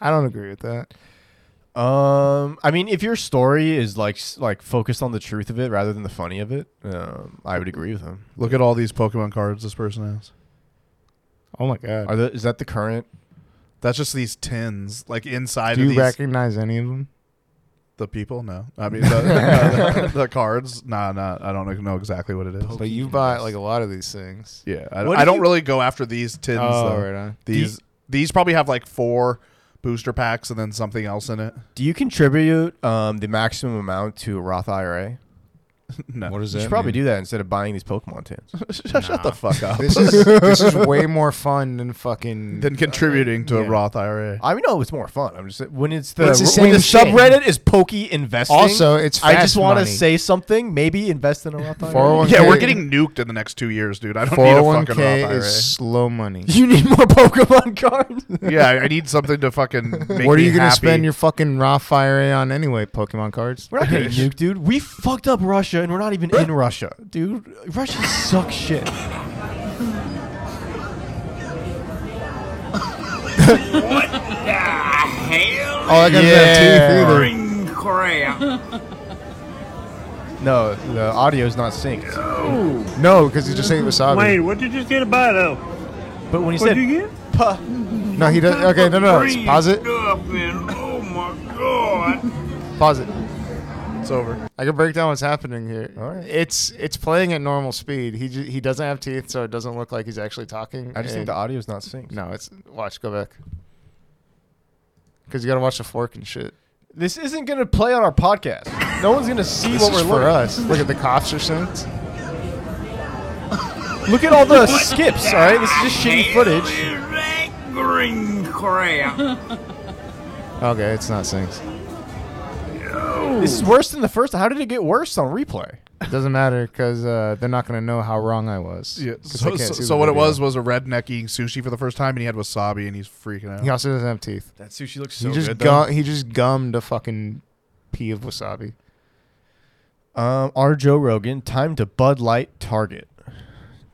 B: I don't agree with that.
A: Um, I mean, if your story is like s- like focused on the truth of it rather than the funny of it, um, I would agree with him.
C: Look at all these Pokemon cards this person has.
B: Oh my god.
A: Are the, is that the current?
C: That's just these tins, like inside
B: Do
C: of
B: you
C: these
B: recognize any of them?
C: the people. No, I mean the, the, the cards. Nah, nah. I don't know exactly what it is.
B: But you bought like a lot of these things. Oh,
C: Yeah, I,
A: What
C: I
A: if
C: don't
A: you-
C: really go after these tins. though.
B: on.
C: These these probably have like four booster packs and then something else in it.
A: Do you contribute um, the maximum amount to a Roth IRA?
C: no,
B: What is
A: You
B: that?
A: should probably do that instead of buying these Pokemon tins.
C: shut the fuck up.
B: This is this is way more fun than fucking.
C: then contributing to a
B: Yeah.
C: Roth IRA.
A: I mean, no, it's more fun. I'm just saying- when it's the,
B: It's the
A: when the
B: same shit.
A: subreddit is pokey investing.
B: also, it's
A: I just
B: want
A: want to say something. Maybe invest in a Roth IRA.
B: 401
C: Yeah, we're
B: 401k
C: getting nuked in the next two years, dude. I don't need a fucking
B: 401k
C: Roth
B: is slow money.
A: You need more Pokemon cards.
C: IRA. yeah, I- I need something to fucking. Make
B: what are
C: me
B: you gonna
C: happy.
B: spend your fucking Roth IRA on anyway? Pokemon cards.
A: We're not getting nuked, dude. We fucked up Russia, and we're not even in Russia, dude. Russia sucks shit.
B: Oh, I got yeah. teeth either.
A: No, the audio's not synced.
B: No, because he just ate wasabi.
D: Wait, what did you just get a bite of?
A: But when he said,
D: What'd you get?
A: "Puh,"
B: No, he does. Okay, no, no. it's- Pause it.
D: Oh my god.
B: Pause it.
C: It's over.
B: I can break down what's happening here.
A: All right.
B: It's it's playing at normal speed. He ju- he doesn't have teeth, so it doesn't look like he's actually talking.
A: I just think
B: and-
A: the audio's not synced.
B: no, it's watch. Go back. Because you gotta watch the fork and shit.
A: This isn't gonna play on our podcast. No one's gonna see
B: This
A: what
B: is
A: we're
B: for
A: looking.
B: us. Look at the coughs are synced.
A: Look at all the skips. All right, this is just shitty footage.
D: That green crap.
B: Okay, it's not synced.
A: This is worse than the first. How did it get worse on replay?
B: It doesn't matter because uh, they're not gonna know how wrong I was.
C: Yeah.
B: 'Cause they
C: So,
B: can't
C: so,
B: see
C: so
B: the
C: what it
B: video.
C: was was a redneck eating sushi for the first time, and he had wasabi, and he's freaking out.
B: He also doesn't have teeth.
A: That sushi looks
B: he just
C: good,
B: gum-
C: though.
B: he just gummed a fucking pea of wasabi.
A: Um, our Joe Rogan. Time to Bud Light Target.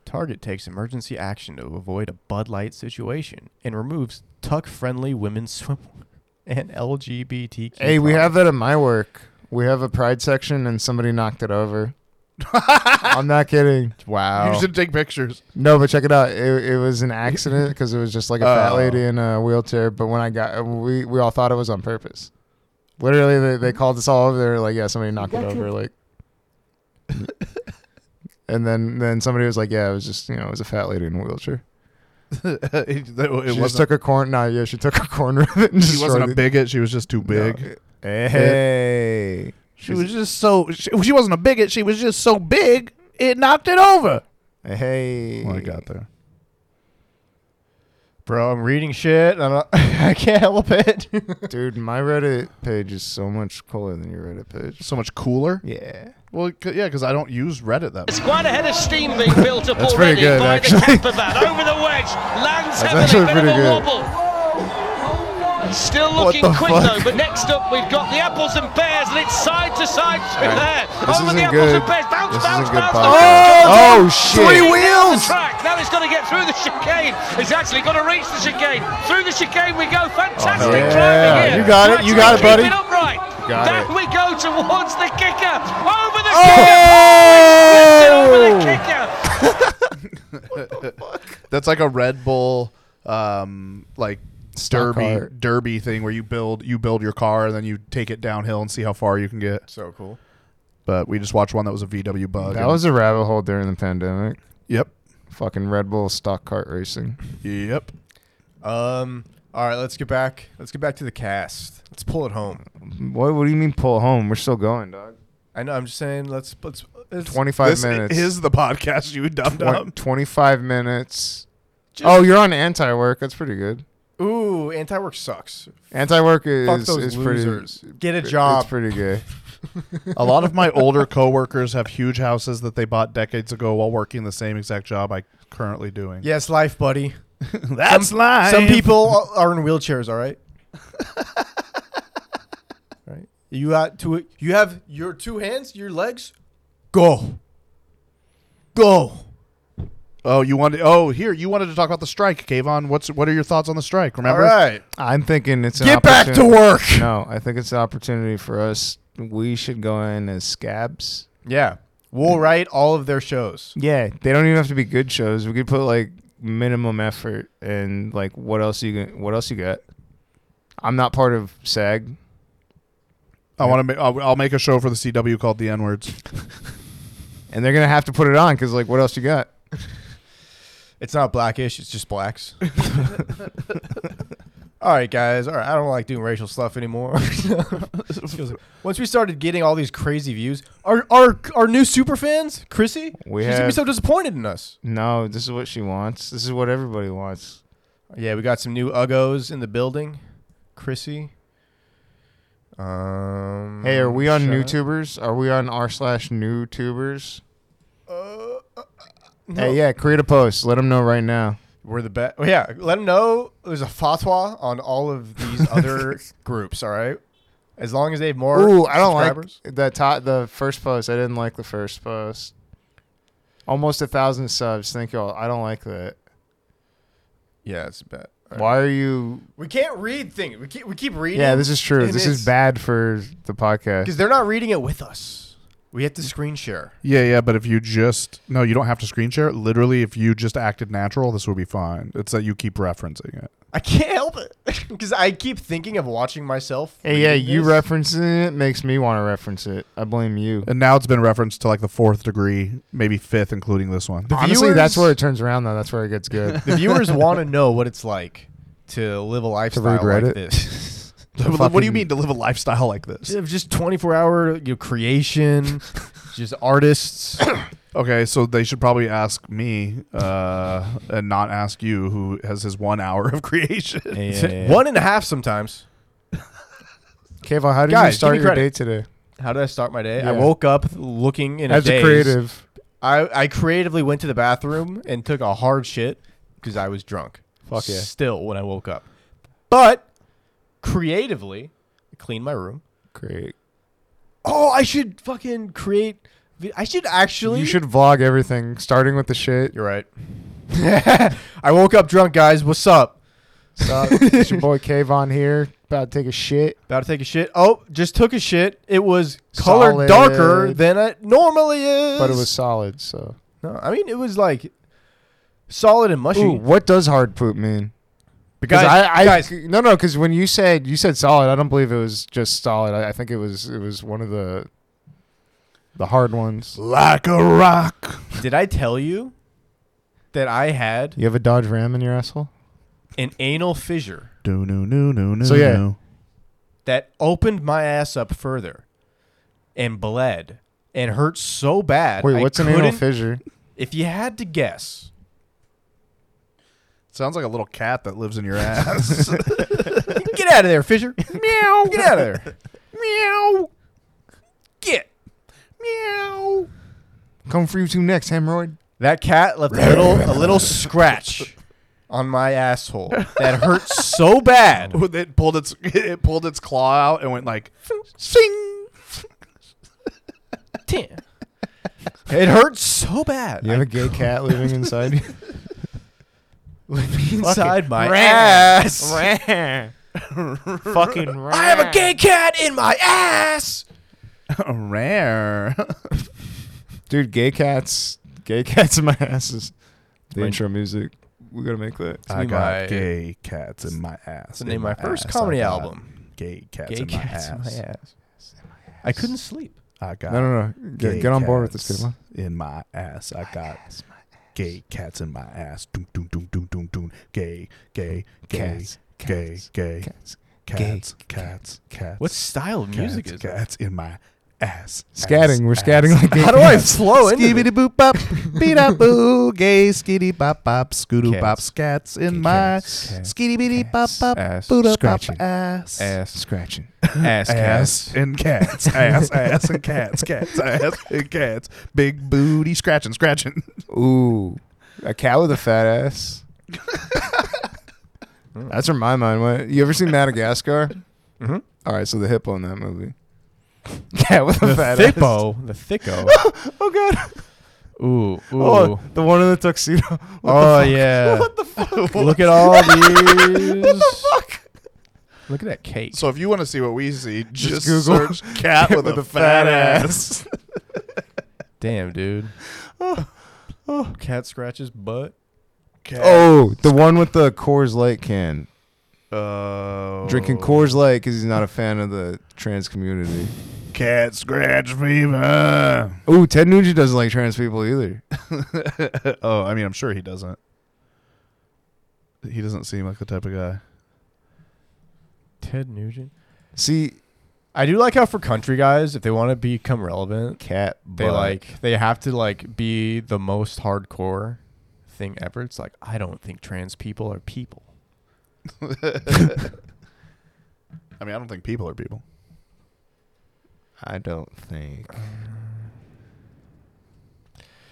A: Target takes emergency action to avoid a Bud Light situation and removes tuck-friendly women's swimwear and LGBTQ.
B: Hey, we
A: products.
B: have that at my work. We have a pride section, and somebody knocked it over. I'm not kidding.
A: wow.
C: You should take pictures.
B: No, but check it out. It, it was an accident because it was just like a fat
C: Oh.
B: lady in a wheelchair. But when I got, we we all thought it was on purpose. Literally, they, they called us all over. They were like, "Yeah, somebody knocked it over." Like, and then then somebody was like, "Yeah, it was just you know, it was a fat lady in a wheelchair."
C: it it
B: she
C: wasn't.
B: just took a corner. Nah, yeah, she took a corner of it. And
C: she wasn't a
B: destroyed it.
C: bigot. She was just too big.
B: No. Hey,
C: She was just so. She, she wasn't a bigot. She was just so big. It knocked it over.
B: hey.
C: Well, I got
A: Oh
C: there.
A: Bro, I'm reading shit. I don't. I can't help it.
B: Dude, my Reddit page is so much cooler than your Reddit page.
C: So much cooler.
B: Yeah.
C: Well, c- yeah, because I don't use Reddit that much.
E: It's quite a head of steam being built up
B: That's
E: already
B: pretty good,
E: by
B: actually.
E: the camper van. Over the wedge, lands
B: actually
E: heavily, bit of
B: pretty
E: a
B: good.
E: wobble. Still looking
B: the
E: quick
B: fuck?
E: though, but next up we've got the apples and pears, and it's side to side through there.
B: This
E: Over the
B: isn't
E: apples
B: good.
E: and pears, bounce,
B: This
E: bounce,
B: isn't good
E: bounce.
B: podcast. Oh, shit.
E: Three wheels! Track. Now it's got to get through the chicane. It's actually got to reach the chicane. Through the chicane we go. Fantastic
B: Oh, yeah.
E: climbing here.
B: You got it, you got it,
E: Keep
B: buddy.
E: It upright.
B: Got
E: Back
B: it.
E: we go towards the kicker. Over the kicker. Over the
B: Oh!
E: kicker.
C: That's like a Red Bull, um, like
B: Stock
C: derby
B: car.
C: derby thing where you build you build your car and then you take it downhill and see how far you can get.
A: so cool.
C: But we just watched one that was a VW bug.
B: That
C: and-
B: was a rabbit hole during the pandemic.
C: yep,
B: Fucking Red Bull stock cart racing.
C: yep.
A: Um. All right, let's get back. Let's get back to the cast. Let's pull it home.
B: What, what do you mean pull home? We're still going, dog.
A: I know. I'm just saying. Let's. Let's. let's
B: 25
C: this
B: minutes.
C: is the podcast you dumb
B: Twen-
C: dumb.
B: 25 minutes.
A: Just-
B: oh, you're on anti work. That's pretty good.
A: Ooh, anti-work sucks.
B: Anti work is,
A: Fuck those
B: is
A: losers.
B: pretty.
A: Get a
B: it-
A: job.
B: It's pretty good.
C: A lot of my older coworkers have huge houses that they bought decades ago while working the same exact job I currently doing.
A: Yes, life, buddy.
C: that's
A: some,
C: life.
A: Some people are in wheelchairs. All right. right. You got two. You have your two hands, your legs. Go. Go.
C: Oh, you wanted. Oh, here you wanted to talk about the strike, Kayvon. What's what are your thoughts on the strike?
A: All
C: Remember,
A: right.
B: I'm thinking it's an
A: Get back to
B: opportuni-
A: work.
B: No, I think it's an opportunity for us. We should go in as scabs.
A: Yeah. We'll write all of their shows.
B: Yeah, they don't even have to be good shows. We could put like minimum effort and like what else you got- what else you got? I'm not part of SAG.
C: I want to. make. I'll, I'll make a show for the CW called the N words.
B: And they're gonna have to put it on because like what else you got?
A: It's not blackish, it's just blacks. all right, guys. All right, I don't like doing racial stuff anymore. Once we started getting all these crazy views, our our our new super fans, Chrissy,
B: We
A: she's gonna be
B: have-
A: so disappointed in us.
B: No, this is what she wants. This is what everybody wants.
A: Yeah, we got some new uggos in the building, Chrissy. Um,
B: Hey, are we on
A: shut up.
B: NewTubers? Are we on r slash NewTubers?
A: Uh, No,
B: Hey, yeah, create a post. Let them know right now.
A: We're the best. yeah, let them know there's a fatwa on all of these other groups. All right, as long as they have more.
B: Ooh, I don't like
A: subscribers.
B: the top, the first post. I didn't like the first post. Almost a thousand subs. Thank y'all. I don't like that.
A: Yeah, it's bad.
B: Why are you
A: We can't read things. We keep, we keep reading.
B: Yeah, this is true.
A: And
B: This is
A: it's-
B: bad for the podcast.
A: because they're not reading it with us. We
B: Mm.
A: have to screen share.
C: Yeah, yeah. But if you just no, you don't have to screen share. it. Literally, if you just acted natural, this would be fine. It's that you keep referencing it.
A: I can't help it because I keep thinking of watching myself.
B: Hey, yeah,
A: reading
B: you
A: this.
B: referencing it makes me want to reference it. I blame you.
C: And now it's been referenced to like the fourth degree, maybe fifth, including this one.
B: Honestly, that's
A: viewers-
B: where it turns around. Though that's where it gets good.
A: The viewers want to know what it's like to live a lifestyle like
B: Reddit?
A: this.
C: what do you mean to live a lifestyle like this?
A: Of just 24 hour you know, creation, just artists.
C: Okay, so they should probably ask me uh, and not ask you, who has his one hour of creation.
A: One and a half sometimes.
B: Kayvon, how did
A: Guys,
B: you
A: give
B: start
A: me
B: your
A: credit.
B: day today?
A: How did I start my day? I
B: Yeah.
A: woke up looking in
B: As a
A: daze.
B: creative,
A: I, I creatively went to the bathroom and took a hard shit because I was drunk.
B: Fuck yeah.
A: Still when I woke up. But creatively, I cleaned my room.
B: great.
A: Oh, I should fucking create. vi- I should actually.
B: You should vlog everything, starting with the shit.
A: You're right. I woke up drunk, guys. What's up?
B: Sup? it's your boy Kayvon here, about to take a shit.
A: About to take a shit. Oh, just took a shit. It was colored darker
B: Solid.
A: than it normally is.
B: But it was solid, so.
A: No, I mean, it was like solid and mushy.
B: Ooh, what does hard poop mean?
A: Because
B: Guys, I, I
A: guys,
B: no, no, because when you said you said solid, I don't believe it was just solid. I, I think it was it was one of the the hard ones.
C: Like a rock.
A: did I tell you that I had
B: You have a Dodge Ram in your asshole.
A: an anal fissure
C: Do, no, no, no, no.
B: So, yeah.
C: no.
A: that opened my ass up further and bled and hurt so bad?
B: Wait,
A: I
B: what's an anal
A: couldn't-
B: fissure?
A: If you had to guess,
C: Sounds like a little cat that lives in your ass.
A: Get out of there, Fisher. Meow. Get out of there. Meow. Get. Meow.
B: Come for you two next, hemorrhoid.
A: That cat left a little a little scratch on my asshole that hurt so bad.
C: When it pulled its it pulled its claw out and went like
A: Sing. It hurt so bad.
B: You have a gay cat living inside you.
A: I- inside my
B: Rah.
A: ass.
B: Fucking.
A: I have a gay cat in my ass.
C: rare.
B: Dude, gay cats, gay cats in my asses. The intro music. We gotta make that.
C: I
A: be
C: got
A: my-
C: gay cats in my ass.
A: the name
C: in
A: of my first
C: ass.
A: comedy
C: I got
A: album.
C: Gay cats,
A: Gay
C: in,
A: cats
C: my
A: in my
C: ass.
A: ass. I couldn't sleep.
C: I got
B: No, no, no. Get, get on board with this,
C: cats
B: Kayvon.
C: In my ass, I got gay cats in my ass. Doom, doom, doom, doom, doom, doom. Gay, gay, gay,
B: Cats,
C: gay,
B: cats, Cats.
C: gay, cats, cats, cats.
A: What style of music
C: cats,
A: is that?
C: cats in my ass? ass,
B: Scatting. We're scatting
C: ass.
B: like. gay
A: How do I
B: cats.
A: flow into this?
C: Skibidi boop bop, beat up boo, gay skitty bop bop, scoodoo bop,
A: Cats.
C: scats in my
B: Cats.
C: skitty bitty bop
B: Cats.
C: bop,
A: Ass.
C: boot bop
B: Scratching.
C: ass.
B: Scratching.
A: ass,
C: ass and cats, ass, ass and cats, cats, ass and cats, big booty scratching, scratching.
B: Ooh, a cat with a fat ass. That's where my mind went. You ever seen Madagascar?
A: Mm-hmm.
B: All right, so the hippo in that movie. Cat with a
A: The
B: fat ass.
A: thicko, the thicko.
B: Oh god.
A: Ooh, ooh.
B: Oh, the one in the tuxedo. What the
A: Oh,
B: fuck?
A: yeah.
B: What the fuck?
A: Look at all these. Look at that cake.
C: So if you want to see what we see, just,
B: Google
C: search cat with, a fat, ass.
A: Damn, dude. Oh, Cat scratches butt.
B: Oh, the one with the Coors Light can.
C: Oh.
B: Drinking Coors Light because he's not a fan of the trans community.
C: cat scratch fever.
B: Ooh, Ted Nugent doesn't like trans people either.
C: oh, I mean, I'm sure he doesn't. He doesn't seem like the type of guy.
A: Ted Nugent.
B: See,
A: I do like how for country guys, if they want to become relevant,
B: cat.
A: they
B: butt.
A: like they have to like be the most hardcore thing ever. It's like I don't think trans people are people.
C: I mean, I don't think people are people.
B: I don't think.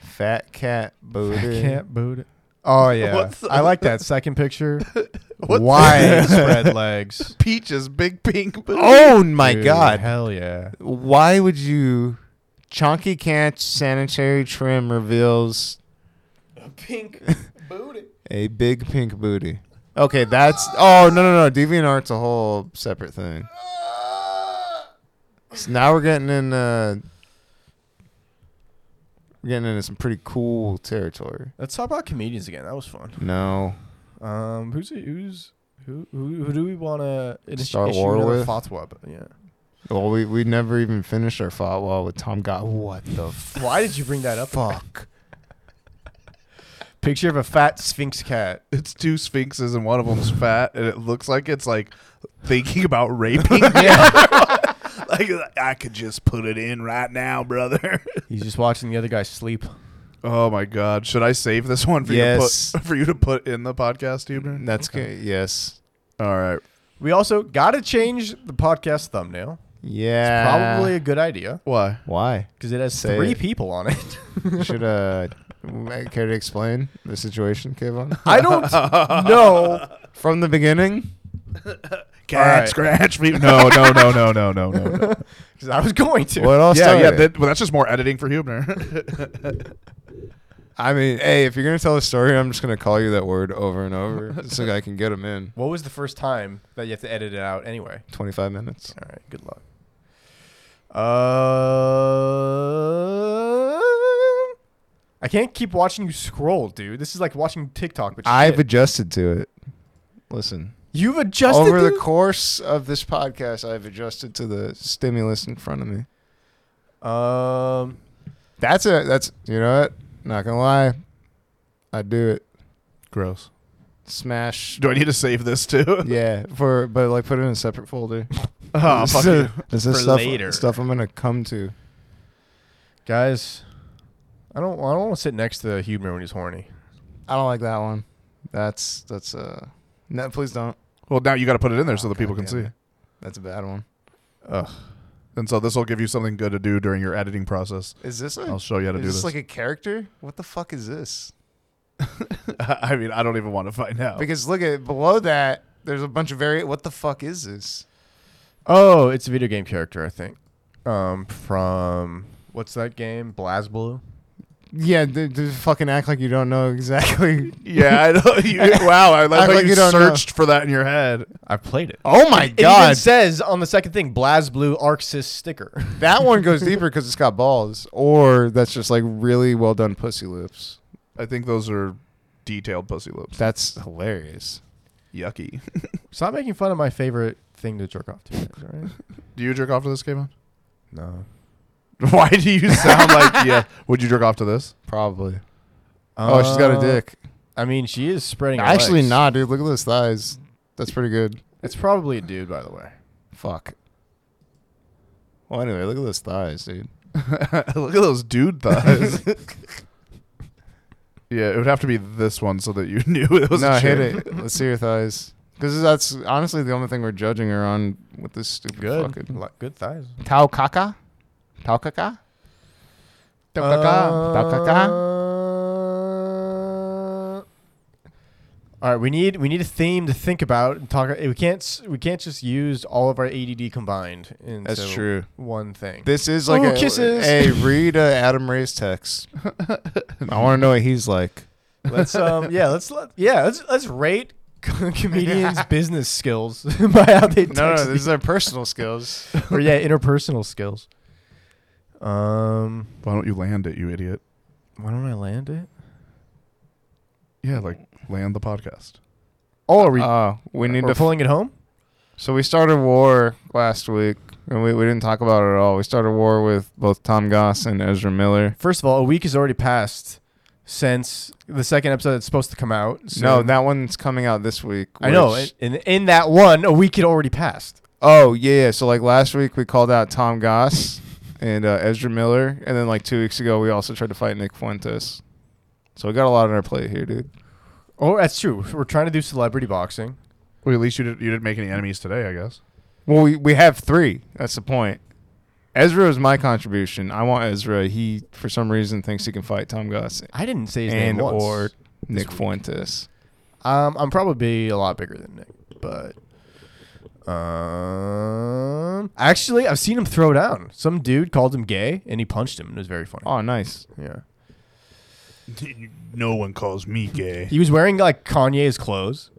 B: Fat cat booty.
A: Cat booted. Oh yeah,
C: What's the-
A: I like that second picture.
C: What the-
A: Wide spread legs.
C: Peaches, big pink. booty.
B: Oh my
A: Dude,
B: god.
A: Hell yeah.
B: Why would you Chonky Cat's sanitary trim reveals a big pink booty. Okay, that's oh no no no DeviantArt's a whole separate thing.
C: Ah!
B: So now we're getting in uh we're getting into some pretty cool territory.
A: Let's talk about comedians again. That was fun.
B: No.
A: Um, who's who's Who, who, who do we want to
B: Start war with?
A: Fatwa, but yeah.
B: Well, we we never even finished our fatwa with Tom God. What the
A: Why did you bring that up?
B: fuck?
A: Picture of a fat sphinx cat.
C: It's two sphinxes and one of them's fat, and it looks like it's like thinking about raping. like I could just put it in right now, brother.
A: He's just watching the other guy sleep.
C: Oh my god! Should I save this one for
B: Yes.
C: you to put for you to put in the podcast, Huber?
B: That's good. Yes.
C: All right.
A: We also got to change the podcast thumbnail.
B: Yeah.
A: Probably a good idea
C: Why?
B: Why?
A: because it has
B: Ah. Say
A: three
B: it.
A: people on it.
B: Should uh, care to explain the situation, Kevin?
A: I don't know.
B: From the beginning.
C: Cat scratch me? No, no, no, no, no, no, no. no.
A: Because I was going to.
B: What else?
C: Oh, yeah, yeah.
B: started?
C: That, well, that's just more editing for Hubner.
B: I mean, hey, if you're gonna tell a story, I'm just gonna call you that word over and over so I can get them in.
A: What was the first time that you have to edit it out anyway?
B: 25 minutes.
A: All right, good luck. Uh, I can't keep watching you scroll, dude. This is like watching TikTok. But
B: I've
A: shit.
B: adjusted to it. Listen,
A: you've adjusted
B: over the
A: dude?
B: course of this podcast, I've adjusted to the stimulus in front of me.
A: um.
B: That's it. That's you know what? Not gonna lie, I do it.
C: Gross.
B: Smash.
C: Do I need to save this too?
B: Yeah, for but like put it in a separate folder.
C: Oh,
B: This
C: fuck
B: is-
C: you.
B: This is
A: For
B: stuff
A: later.
B: stuff I'm gonna come to.
A: Guys, I don't. I don't want to sit next to Huber when he's horny.
B: I don't like that one. That's that's uh no, please don't.
C: Well, now you got to put it in there so
B: Oh,
C: that people
B: God
C: can see.
B: damn it. That's a bad one.
A: Ugh.
C: And so this will give you something good to do during your editing process.
B: Is this a
C: I'll show you how to
B: is
C: do
B: this,
C: this.
B: like a character? What the fuck is this?
C: I mean, I don't even want to find out.
B: Because look at below that, there's a bunch of very what the fuck is this?
A: Oh, it's a video game character, I think. Um, from what's that game? BlazBlue.
B: Yeah, d- d- fucking act like you don't know exactly.
C: yeah, I know. You, wow, I like
B: Act
C: how
B: like
C: you,
B: you don't know.
C: searched for that in your head.
A: I played it.
B: Oh my
A: It even
B: god,
A: says on the second thing, BlazBlue ArcSys sticker.
B: that one goes deeper because it's got balls, or that's just like really well done pussy lips.
C: I think those are detailed pussy lips.
B: That's hilarious.
C: Yucky.
A: Stop making fun of my favorite thing to jerk off to. guys, all right?
C: Do you jerk off to this, Kayvon?
A: No.
C: Why do you sound like yeah? Would you jerk off to this?
B: Probably. oh, she's got a
A: Uh,
B: dick.
A: I mean, she is spreading. her
B: Actually,
A: legs.
B: nah, dude. Look at those thighs. That's pretty good.
A: It's probably a dude, by the way.
B: Fuck. Well, anyway, look at those thighs, dude.
C: Look at those dude thighs. yeah, it would have to be this one so that you knew it was.
B: no,
C: a
B: hit
C: chick.
B: it. Let's see your thighs. Because that's honestly the only thing we're judging her on with this stupid
A: Good.
B: fucking.
A: Li- good thighs.
B: Tau kaka? Tau kaka? Tau kaka? Tau kaka?
A: Uh, All right, we need we need a theme to think about and talk. We can't s- we can't just use all of our ADD combined. Into
B: That's true.
A: One thing.
B: This is like
A: Ooh,
B: a,
A: kisses.
B: Hey, read uh, Adam Ray's text. I want to know what he's like.
A: Let's um yeah let's let, yeah let's let's rate co- comedians' business skills by how they text
B: No, no,
A: each
B: this is their personal skills.
A: or yeah, interpersonal skills. Um,
C: Why don't you land it, you idiot?
A: why don't I land it?
C: Yeah, like land the podcast.
A: Oh, are we,
B: Uh, we need
A: are
B: to.
A: pulling it home.
B: so we started war last week, and we, we didn't talk about it at all. We started war with both Tom Goss and Ezra Miller.
A: First of all, a week has already passed since the second episode that's supposed to come out. So
B: No, that one's coming out this week.
A: I know.
B: which-
A: In in that one, a week had already passed.
B: Oh yeah, yeah. So like last week we called out Tom Goss and uh, Ezra Miller, and then like two weeks ago we also tried to fight Nick Fuentes. So we got a lot on our plate here, dude.
A: Oh, that's true. We're trying to do celebrity boxing.
C: Well, at least you did, you didn't make any enemies today, I guess.
B: Well, we we have three. That's the point. Ezra is my contribution. I want Ezra. He for some reason thinks he can fight Tom Goss
A: I didn't say his name
B: and
A: once.
B: or Nick Fuentes.
A: um, I'm probably a lot bigger than Nick, but um, actually, I've seen him throw down. Some dude called him gay, and he punched him, and it was very funny.
B: Oh, nice.
A: Yeah.
C: No one calls me gay.
A: He was wearing like Kanye's clothes.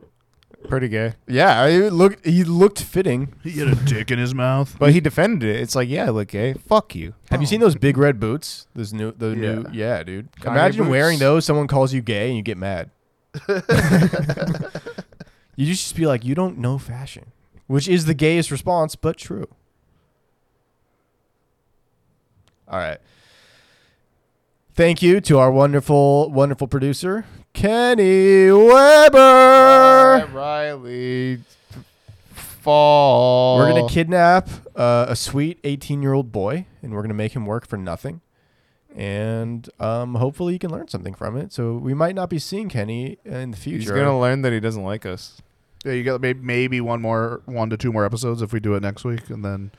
B: Pretty gay.
A: Yeah, he looked he looked fitting.
C: He had a dick in his mouth.
B: But he defended it. It's like, yeah, I look gay. Fuck you.
A: Have you seen those big red boots? Those new the new
C: Yeah.
A: yeah, dude.
B: Kanye
A: Imagine
B: boots.
A: wearing those. Someone calls you gay and you get mad. You just used to be like, you don't know fashion, which is the gayest response, but true. All right. Thank you to our wonderful, wonderful producer, Kenny Weber.
B: Riley fall.
A: We're
B: Oh.
A: going to kidnap uh, a sweet 18 year old boy and we're going to make him work for nothing. And um, hopefully, he can learn something from it. So, we might not be seeing Kenny in the future.
B: He's gonna learn that he doesn't like us.
C: Yeah, you got maybe, maybe one more, one to two more episodes if we do it next week, and then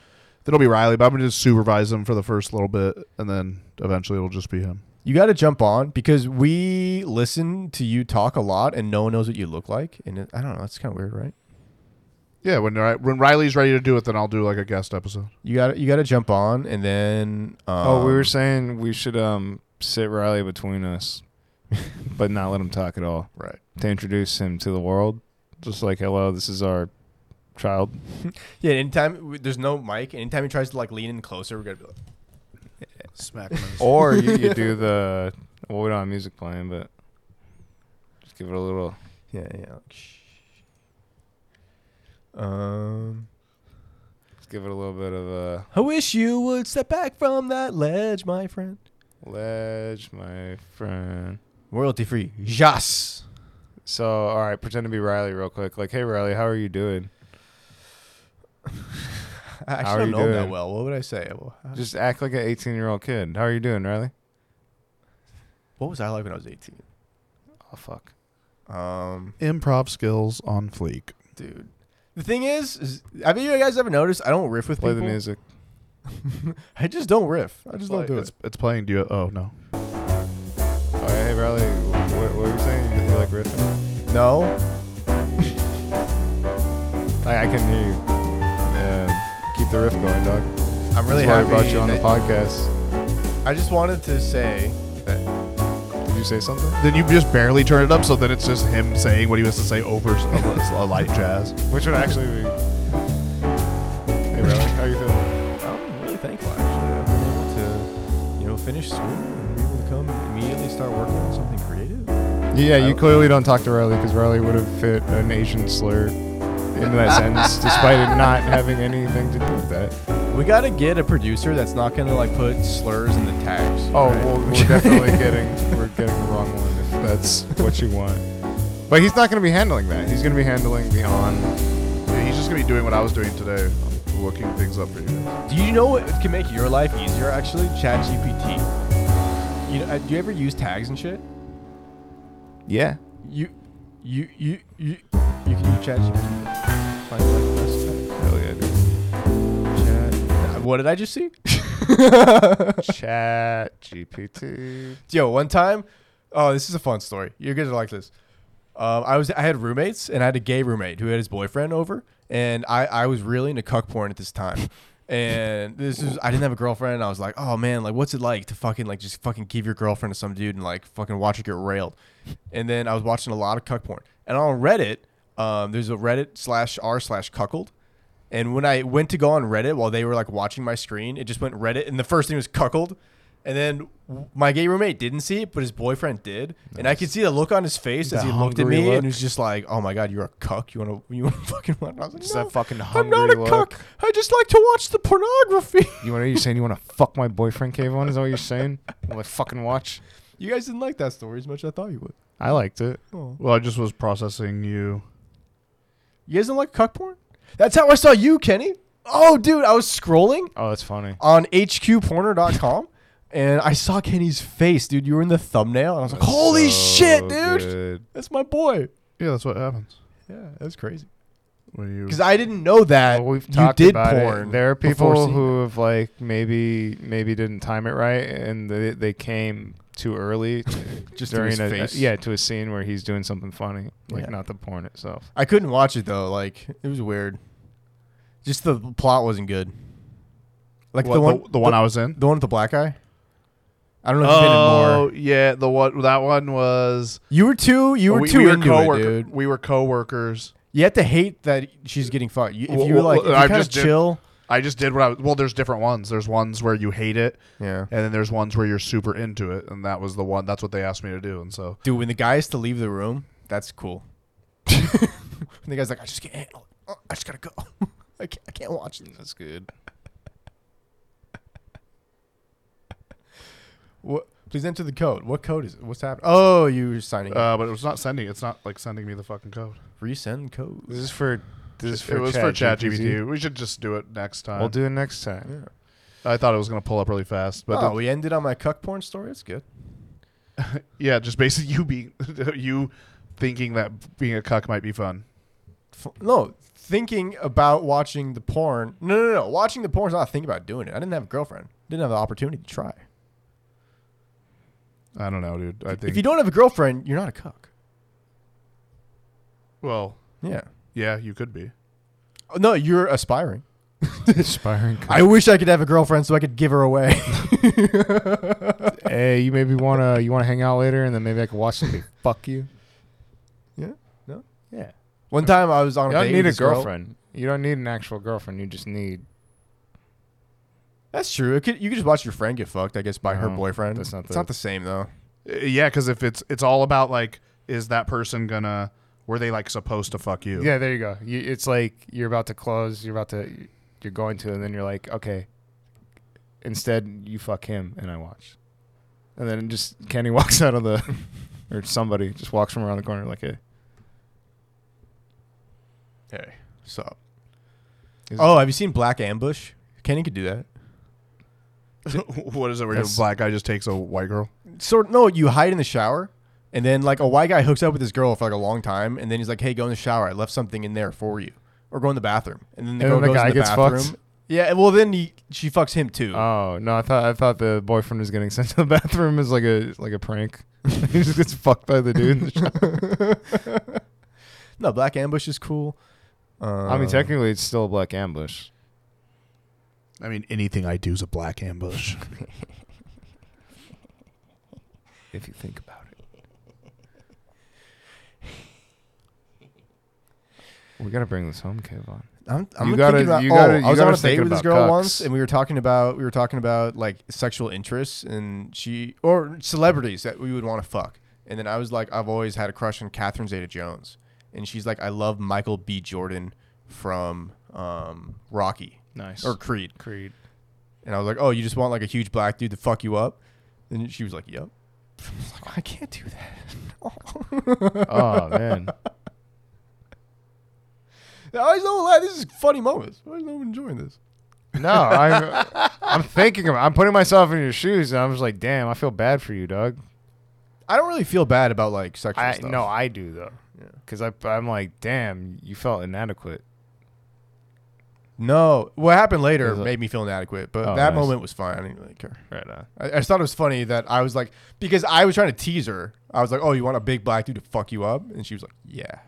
C: it'll be Riley. But I'm gonna just supervise him for the first little bit, and then eventually it'll just be him.
A: You got to jump on because we listen to you talk a lot and no one knows what you look like. And it, I don't know, it's kind of weird, right?
C: Yeah, when Ri- when Riley's ready to do it, then I'll do like a guest episode.
A: You got to you got to jump on and then um,
B: oh, we were saying we should um sit Riley between us, but not let him talk at all.
A: right.
B: To introduce him to the world, just like hello, this is our child.
A: Yeah, anytime w- there's no mic, anytime he tries to like lean in closer, we're gonna be like,
C: Smack him.
B: Or you, you do the well, we don't have music playing, but just give it a little.
A: yeah, yeah. Like, shh. Um,
B: Just give it a little bit of a
A: I wish you would step back from that ledge, my friend.
B: ledge, my friend.
A: Royalty free, jas.
B: So, all right, pretend to be Riley real quick. Like, hey, Riley, how are you doing?
A: I
B: How are
A: actually don't
B: you
A: know him that
B: doing?
A: well. What would I say? Well, uh, how-
B: Just act like an 18 year old kid. How are you doing, Riley?
A: What was I like when I was 18?
B: Oh, fuck.
A: Um,
C: Improv skills on fleek.
A: dude. The thing is, is have you guys ever noticed I don't riff with
B: Play
A: people?
B: the music.
A: I just don't riff. I just
C: Play-
A: don't do
C: it's,
A: it.
C: It's playing. Do you? Oh no.
B: All right, Oh, hey, Riley, what, what were you saying? You like riffing?
A: No,
B: I, I can hear you. Yeah. Keep the riff going, dog.
A: I'm really
B: That's why I
A: happy.
B: brought you on the
A: that-
B: podcast.
A: I just wanted to say
B: Did you say something?
C: Then you just barely turn it up, so then it's just him saying what he was to say over s- a, a light jazz.
B: Which would actually be. Hey, Riley, how you feeling?
A: I'm really thankful actually. I've been able to, you know, finish school and be able to come immediately start working on something creative.
B: Yeah, you clearly don't talk to Riley because Riley would have fit an Asian slur into that sentence despite it not having anything to do with that.
A: We gotta get a producer that's not gonna like put slurs in the tags.
B: Oh,
A: right?
B: well, we're definitely getting we're getting the wrong one if that's what you want. But he's not going to be handling that. He's going to be handling the on.
C: Yeah, he's just gonna be doing what I was doing today, looking things up for you. guys.
A: Do you know what can make your life easier? Actually, ChatGPT. You know, uh, do you ever use tags and shit?
B: Yeah.
A: You, you, you, you, you can use ChatGPT. Find like the best tag.
B: Hell yeah, dude.
A: Uh, What did I just see?
B: Chat GPT.
A: Yo, one time, oh, this is a fun story. You're gonna like this. Um, I was I had roommates and I had a gay roommate who had his boyfriend over, and I I was really into cuck porn at this time. And this is I didn't have a girlfriend. And I was like, oh man, like what's it like to fucking like just fucking give your girlfriend to some dude and like fucking watch her get railed. And then I was watching a lot of cuck porn. And on Reddit, um, there's a Reddit slash r slash cuckold. And when I went to go on Reddit while they were like watching my screen, it just went Reddit, and the first thing was cuckold. And then w- my gay roommate didn't see it, but his boyfriend did, and I could see the look on his face as he
B: The
A: looked at
B: hungry
A: me,
B: look.
A: and he was just like, "Oh my god, you're a cuck. You wanna, you wanna fucking what?" I was like,
B: Just
A: "No,
B: that fucking
A: I'm not a cuck.
B: hungry look."
A: I just like to watch the pornography."
B: You want? Are you saying you want to fuck my boyfriend, Cave One? Is that what you're saying? Will I fucking watch?
A: you guys didn't like that story as much as I thought you would.
B: I liked it.
A: Oh.
C: Well, I just was processing you.
A: You guys didn't like cuck porn? That's how I saw you, Kenny. Oh, dude, I was scrolling
B: Oh, that's funny.
A: on hqporner.com and I saw Kenny's face, dude. You were in the thumbnail, and I was like, "Holy
B: So
A: shit, dude!
B: good.
A: That's my boy."
C: Yeah, that's what happens
A: Yeah, that's crazy.
C: when you.
A: Because I didn't know that
B: Well, we've
A: you
B: talked
A: did
B: about it.
A: porn.
B: There are
A: before
B: people
A: seeing
B: who have like maybe maybe didn't time it right and they, they came too early
A: Just to
B: during
A: his
B: a
A: face.
B: yeah to a scene where he's doing something funny like
A: Yeah.
B: not the porn itself.
A: I couldn't watch it though. Like it was weird. Just the plot wasn't good. Like
C: What,
A: the one,
C: the, the one I was in.
A: the one with the black guy. I don't know if you've been in
C: Oh,
A: more.
C: yeah, the one that one was.
A: You were too. You were
C: we,
A: too
C: we were
A: into
C: coworker-
A: it, dude.
C: We were coworkers.
A: You have to hate that she's getting fucked. You, if
C: Well,
A: you were
C: well,
A: like, if you
C: I
A: kind of
C: just did-
A: chill.
C: I just did what I was. Well, there's different ones. There's ones where you hate it,
A: Yeah.
C: and then there's ones where you're super into it, and that was the one. That's what they asked me to do, and so
A: Dude, when the guy has to leave the room, that's cool. And the guy's like, I just can't handle it. Oh, I just gotta go. I can't, I can't watch this.
B: That's good.
A: What? Please enter the code. What code is it? What's happening? Oh, you're signing. up.
C: Uh, but it was not sending. It's not like sending me the fucking code.
A: Resend code.
B: Uh, This is for this is for
C: it was
B: Chat
C: for ChatGPT. We should just do it next time.
B: We'll do it next time.
C: I thought it was gonna pull up really fast, but
A: oh, we ended on my cuck porn story. That's good.
C: yeah, just basically you being you thinking that being a cuck might be fun.
A: F- No, thinking about watching the porn. No, no, no. Watching the porn's not thinking about doing it. I didn't have a girlfriend. Didn't have the opportunity to try.
C: I don't know, dude. I think
A: If you don't have a girlfriend, you're not a cuck.
C: well,
A: Yeah.
C: yeah, you could be.
A: Oh, No, you're aspiring.
B: Aspiring.
A: I wish I could have a girlfriend so I could give her away.
B: hey, you maybe wanna you wanna hang out later, and then maybe I can watch somebody fuck you.
A: yeah. No.
B: Yeah.
A: One time I was on
B: You
A: a date.
B: don't need
A: with
B: a
A: this girl.
B: girlfriend. You don't need an actual girlfriend. You just need
A: That's true. It could, you could just watch your friend get fucked, I guess, by her
B: No,
A: boyfriend.
B: that's not
A: it's
B: the-
A: not the same though.
C: Uh, Yeah, because if it's it's all about like, is that person gonna were they like supposed to fuck you?
B: Yeah, there you go. You, it's like you're about to close, you're about to, you're going to, and then you're like, okay. Instead, you fuck him, and I watch. And then just Kenny walks out of the, or somebody just walks from around the corner like, hey,
A: Hey, so.
B: Is-
A: Oh, have you seen Black Ambush? Kenny could do that.
C: what is it? Where a
B: That's-
C: black guy just takes a white girl?
A: Sort no, you hide in the shower, and then like a white guy hooks up with this girl for like a long time, and then he's like, "Hey, go in the shower. I left something in there for you," or go in the bathroom, and then the
B: And
A: girl
B: then the
A: goes
B: guy
A: in the
B: gets fucked?
A: bathroom. Yeah, well then he, she fucks him too.
B: oh no, I thought I thought the boyfriend was getting sent to the bathroom as like a like a prank. he just gets fucked by the dude. In the shower.
A: no, Black Ambush is cool. Uh,
B: I mean, technically, it's still a black ambush.
C: I mean, anything I do is a black ambush.
B: If you think about it. We gotta bring this home, Kevon.
A: I'm, I'm thinking
B: You gotta-
A: about,
B: you
A: oh,
B: gotta- you
A: I was
B: gotta
A: on a
B: think
A: date with this
B: about
A: girl
B: cucks.
A: once, and we were talking about we were talking about like sexual interests, and she or celebrities that we would want to fuck. And then I was like, I've always had a crush on Catherine Zeta-Jones, and she's like, I love Michael B. Jordan from um, Rocky
B: Nice.
A: or Creed.
B: Creed.
A: And I was like, Oh, you just want like a huge black dude to fuck you up? And she was like, Yep. I was like, I can't do that.
B: oh man.
A: I was no lie. This is funny moments. Why is no one enjoying this?
B: No, I'm, I'm thinking about. I'm putting myself in your shoes, and I'm just like, damn, I feel bad for you, Doug.
A: I don't really feel bad about like sexual
B: I
A: stuff.
B: no, I do though, because I I'm like, damn, you felt inadequate.
A: No, what happened later
B: Is it-
A: made me feel inadequate, but
B: Oh,
A: that
B: nice.
A: moment was fine. I didn't really care.
B: Right on.
A: I, I just thought it was funny that I was like, because I was trying to tease her. I was like, "Oh, you want a big black dude to fuck you up?" And she was like, "Yeah."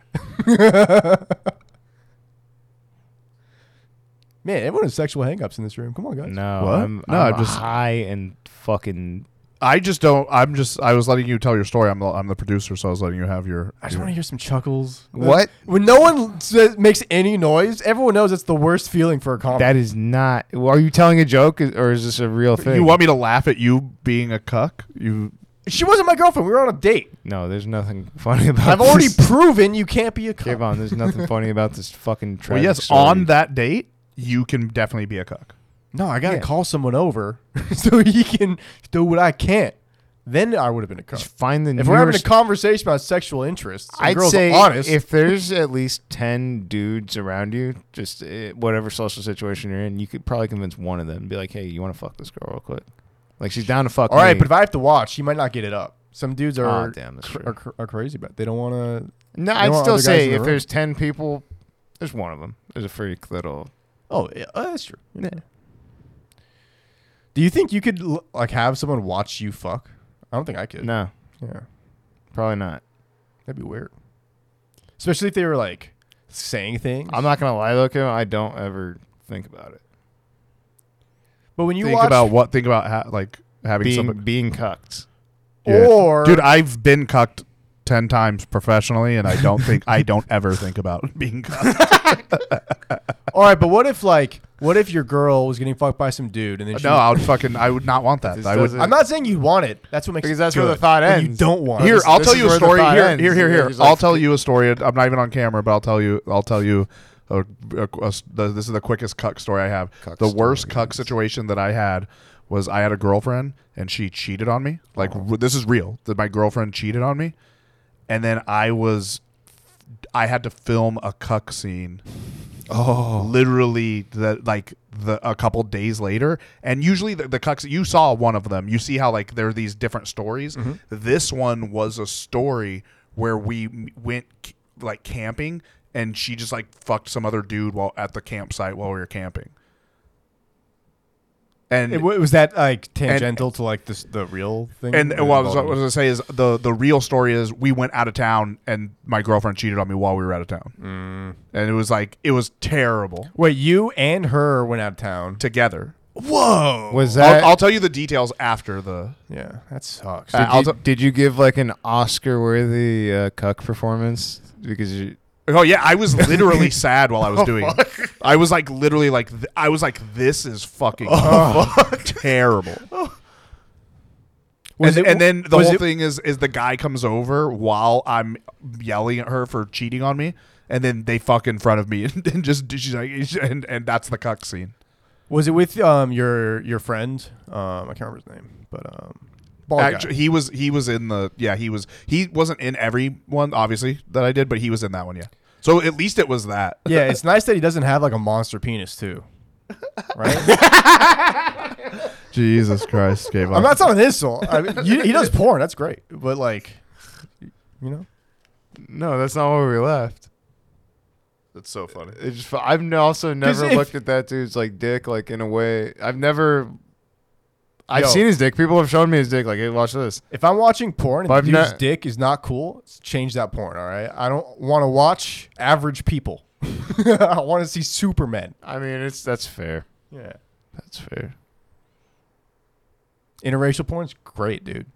A: Man, everyone has sexual hangups in this room. Come on, guys.
B: No,
C: What?
B: I'm,
C: No,
B: I'm
C: I'm just-
B: high and fucking.
C: I just don't. I'm just. I was letting you tell your story. I'm. the- I'm the producer, so I was letting you have your.
A: I just want to hear some chuckles.
B: What?
A: When no one says, makes any noise, everyone knows it's the worst feeling for a comic.
B: That is not. Are you telling a joke, or is this a real thing?
C: You want me to laugh at you being a cuck? You
A: she wasn't my girlfriend. We were on a date.
B: No, there's nothing funny about.
A: I've already
B: this.
A: proven you can't be a comic.
B: Kevon, there's nothing funny about this fucking.
C: well,
B: Tragic
C: yes.
B: story.
C: On that date, you can definitely be a cuck.
A: No, I gotta
B: Yeah.
A: call someone over so he can do what I can't. Then I would have been a cop.
B: Just find the.
A: If we're having a
B: nearest-
A: conversation about sexual interests, and
B: I'd
A: girls
B: say
A: are honest.
B: if there's at least ten dudes around you, just uh, whatever social situation you're in, you could probably convince one of them and be like, "Hey, you want to fuck this girl real quick?" Like she's down to fuck.
A: all right,
B: me.
A: but if I have to watch, he might not get it up. Some dudes are
B: Aw, Ah, damn, that's
A: cr-
B: true.
A: are, cr- are crazy about. It. They don't want to.
B: no,
A: there
B: I'd
A: were
B: still
A: other guys in
B: say
A: the
B: if
A: room.
B: there's ten people, there's one of them. There's a freak little.
A: Oh, yeah, oh, that's true. Yeah. Do you think you could l- like have someone watch you fuck? I don't think I could.
B: No,
A: Yeah,
B: probably not.
A: that'd be weird. Especially if they were like saying things.
B: I'm not gonna lie though, Kim. I don't ever think about it.
A: but when you
C: think
A: watch
C: about what? Think about ha- like having
B: Being
C: somebody.
B: being cucked.
C: Yeah.
A: or
C: dude, I've been cucked ten times professionally, and I don't think I don't ever think about being cucked.
A: All right, but what if like what if your girl was getting fucked by some dude and then she
C: Uh, No, I would fucking. I would not want that.
B: This
C: I would.
B: doesn't-
A: I'm not saying you want it. That's what makes
B: Because
A: it
B: that's where
A: good.
B: the thought
A: When You
B: ends.
A: don't want
C: Here,
A: it.
B: this-
C: I'll
B: this
C: tell
B: is
C: you a
B: where the
C: story.
B: thought
C: Here,
B: ends.
C: here, here,
B: You're
C: here.
B: just
C: I'll
B: like-
C: tell you a story. I'm not even on camera, but I'll tell you. I'll tell you. A, a, a- the- this is the quickest cuck story I have.
B: Cuck
C: the worst
B: story.
C: cuck situation that I had was I had a girlfriend and she cheated on me. Like r- this is real. That my girlfriend cheated on me, and then I was, I had to film a cuck scene. Oh, literally the like the a couple days later, and usually the, the cucks you saw one of them. You see how like there are these different stories.
A: Mm-hmm.
C: This one was a story where we m- went c- like camping, and she just like fucked some other dude while at the campsite while we were camping. And
A: It, wa- was that like tangential to like this the real thing?
C: and, and what I was, what I was
A: Involving-
C: gonna say is the the real story is we went out of town and my girlfriend cheated on me while we were out of town,
A: Mm.
C: and it was like it was terrible
A: Wait, you and her went out of town.
C: together.
A: Whoa.
B: Was that?
C: I'll, I'll tell you the details after the.
A: yeah, that sucks.
B: did,
C: I'll
B: you,
C: t-
B: did you give like an Oscar-worthy uh, cuck performance? Because you,
C: Oh yeah, I was literally sad while I was doing. it. I was like literally like th- I was like this is fucking terrible.
A: Was
C: and,
A: it-
C: and then the
A: was
C: whole
A: it-
C: thing is is the guy comes over while I'm yelling at her for cheating on me, and then they fuck in front of me, and, and just she's like, and, and that's the cuck scene.
A: Was it with um your your friend? Um, I can't remember his name, but um, bald guy.
C: Actu- he was he was in the yeah he was he wasn't in every one obviously that I did, but he was in that one yeah. So at least it was that.
A: Yeah, it's nice that he doesn't have like a monster penis too. Right?
B: Jesus Christ, gave up.
A: I'm not selling his soul. I mean, you, he does porn. That's great, but like, you know,
B: no, that's not where we left.
C: That's so funny.
B: It just, I've n- also never
A: if-
B: looked at that dude's like dick like in a way. I've never. I've
A: Yo.
B: seen his dick. People have shown me his dick. Like, hey, watch this.
A: if I'm watching porn and
B: But
A: the
B: I've
A: dude's
B: not-
A: dick is not cool, s- change that porn. All right, I don't want to watch average people. I want to see Superman.
B: I mean, it's that's fair.
A: Yeah,
B: That's fair.
A: interracial porn's great, dude.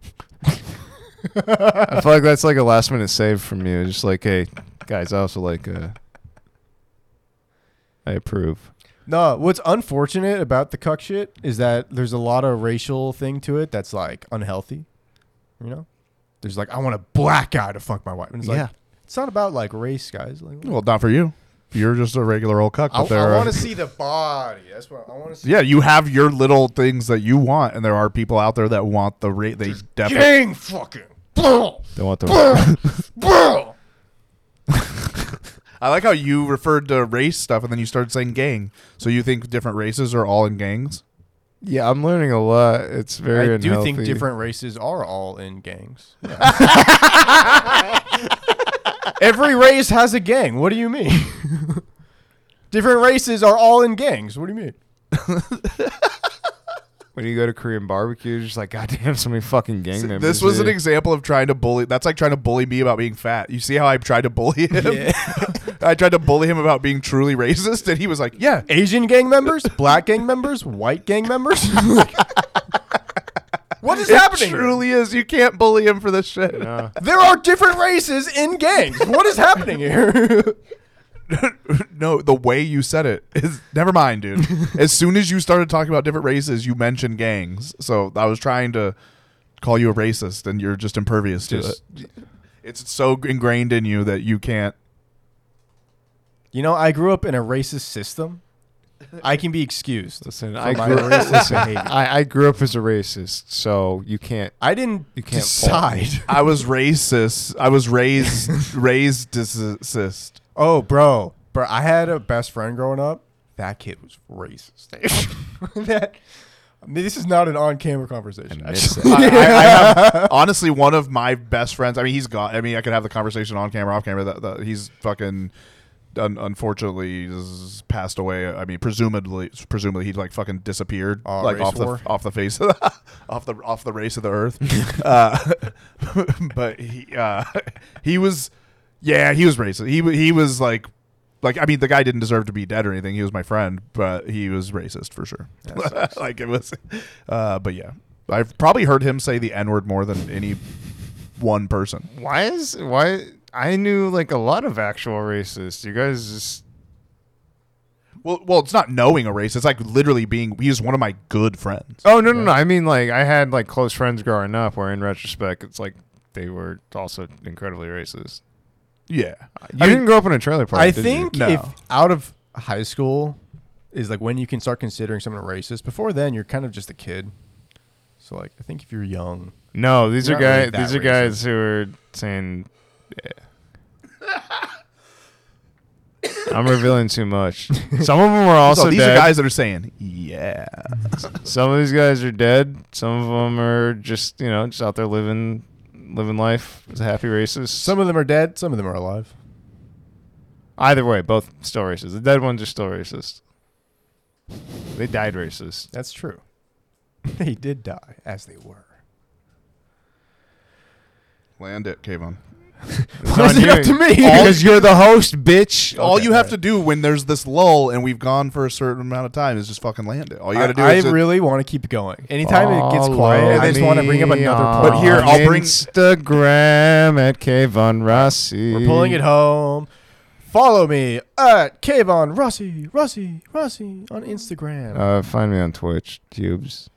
B: I feel like that's like a last minute save from you. Just like, hey, guys, I also like. Uh, I approve.
A: No, what's unfortunate about the cuck shit is that there's a lot of racial thing to it that's like unhealthy. You know, there's like I want a black guy to fuck my wife, and it's
B: Yeah.
A: like it's not about like race, guys. Like,
C: Well, not for you. You're just a regular old cuck.
A: I,
C: But there are-
A: want to see the body. That's what I want to see.
C: Yeah, you have your little things that you want, and there are people out there that want the rate. They definitely.
A: Gang fucking. Bro,
B: Don't want the.
A: bro.
C: I like how you referred to race stuff, and then you started saying gang. So you think different races are all in gangs?
B: yeah, I'm learning a lot. It's very.
A: I do think
B: unhealthy.
A: different races are all in gangs. Every race has a gang. What do you mean? different races are all in gangs. What do you mean?
B: When you go to Korean barbecue, you're just like, goddamn, so many fucking gang members.
C: This was an
B: dude."
C: example of trying to bully. That's like trying to bully me about being fat. You see how I tried to bully him? I tried to bully him about being truly racist, and he was like, "Yeah,
A: Asian gang members, black gang members, white gang members. what is
C: it
A: happening? here?
C: truly is. You can't bully him for this shit."
B: Uh,
A: There are different races in gangs. What is happening here?
C: no, the way you said it is never mind, dude. as soon as you started talking about different races, you mentioned gangs. So I was trying to call you a racist, and you're just impervious
B: Just-
C: to it. It's so ingrained in you that you can't.
A: You know, I grew up in a racist system. I can be excused.
B: listen,
A: for
B: I
A: my
B: grew,
A: racist
B: listen,
A: behavior.
B: I, I grew up as a racist, so you can't.
A: I didn't
B: You can't fault me.
A: decide.
C: I was racist. I was raised raised desist.
A: Oh, bro, bro, I had a best friend growing up. That kid was racist. that. I mean, this is not an on-camera conversation.
B: miss
C: I, I, I have, honestly, one of my best friends. I mean, he's got. I mean, I could have the conversation on camera, off camera. That, that he's fucking. Un- unfortunately, has passed away. I mean, presumably, presumably he like fucking disappeared,
A: Uh,
C: like
A: race
C: off
A: war?
C: the off the face, of the, off the off the race of the earth. uh, but he uh, he was, yeah, he was racist. He wa- he was like, like I mean, the guy didn't deserve to be dead or anything. He was my friend, but he was racist for sure. like it was, uh, but yeah, I've probably heard him say the N word more than any one person.
B: Why is why I knew like a lot of actual racists. You guys just
C: Well, well, it's not knowing a race. It's like literally being. He's one of my good friends.
B: Oh no no no! I mean like I had like close friends growing up, where in retrospect it's like they were also incredibly racist.
C: Yeah,
B: You didn't grow up in a trailer park.
A: I
B: did you?
A: think
C: No.
A: if out of high school is like when you can start considering someone a racist. Before then, you're kind of just a kid. So like, I think if you're young,
B: no. These
A: You're
B: are
A: not really
B: guys.
A: that
B: These are
A: racist.
B: guys who are saying, yeah. I'm revealing too much. Some of them are also
C: so these
B: dead.
C: are guys that are saying, "Yeah,
B: Some of these guys are dead. Some of them are just you know just out there living living life as a happy racist.
A: some of them are dead, some of them are alive.
B: Either way, both still racist. The dead ones are still racist. They died racist.
A: That's true. they did die as they were.
C: land it, Kayvon."
A: Why is it up to me?
B: Because you're the host, bitch.
C: all you have
A: right.
C: to do when there's this lull and we've gone for a certain amount of time is just fucking land it. All you got to do
A: I,
C: is
A: I really want to keep going. Anytime it
B: Oh,
A: gets quiet,
B: Follow
A: I just want to bring up
B: me
A: another
B: on
A: point.
C: But here, I'll bring-
B: uh, Instagram at Kayvon Rossi.
A: We're pulling it home. Follow me at Kayvon Rossi, Rossi, Rossi on Instagram.
B: Uh, find me on Twitch, Cubes,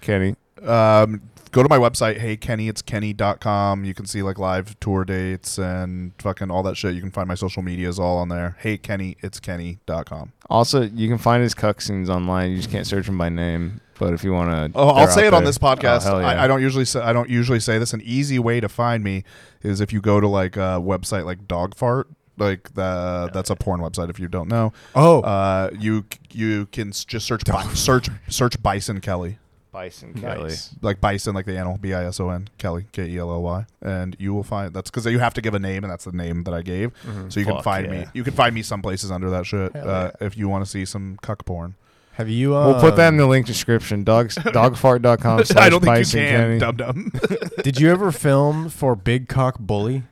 B: Kenny.
C: um, go to my website, hey Kenny, it's kenny.com. You can see like live tour dates and fucking all that shit. You can find my social medias all on there. Hey Kenny, it's kenny.com.
B: Also, you can find his cuck scenes online. You just can't search him by name. But if you want to,
C: Oh, I'll say it on this
B: Oh,
C: podcast. I, I don't usually say I don't usually say this. An easy way to find me is if you go to like a website like Dogfart, like the that's a porn website. If you don't know,
A: oh,
C: uh, you you can s- just search bi- search search Bison Kelly,
B: Bison
A: Kelly.
C: like Bison, like the animal, B I S O N Kelly, K E L L Y, and you will find that's because you have to give a name, and that's the name that I gave. So you can
B: Fuck
C: find me.
B: yeah.
C: You can find me some places under that shit
A: Hell
C: uh, if you want to see some cuck porn.
A: have you? Um,
B: We'll put that in the link description. Dogs, dogfart.com slash
C: I don't think you
B: Bison
C: can.
B: Kenny.
C: Dum dum.
A: did you ever film for Big Cock Bully?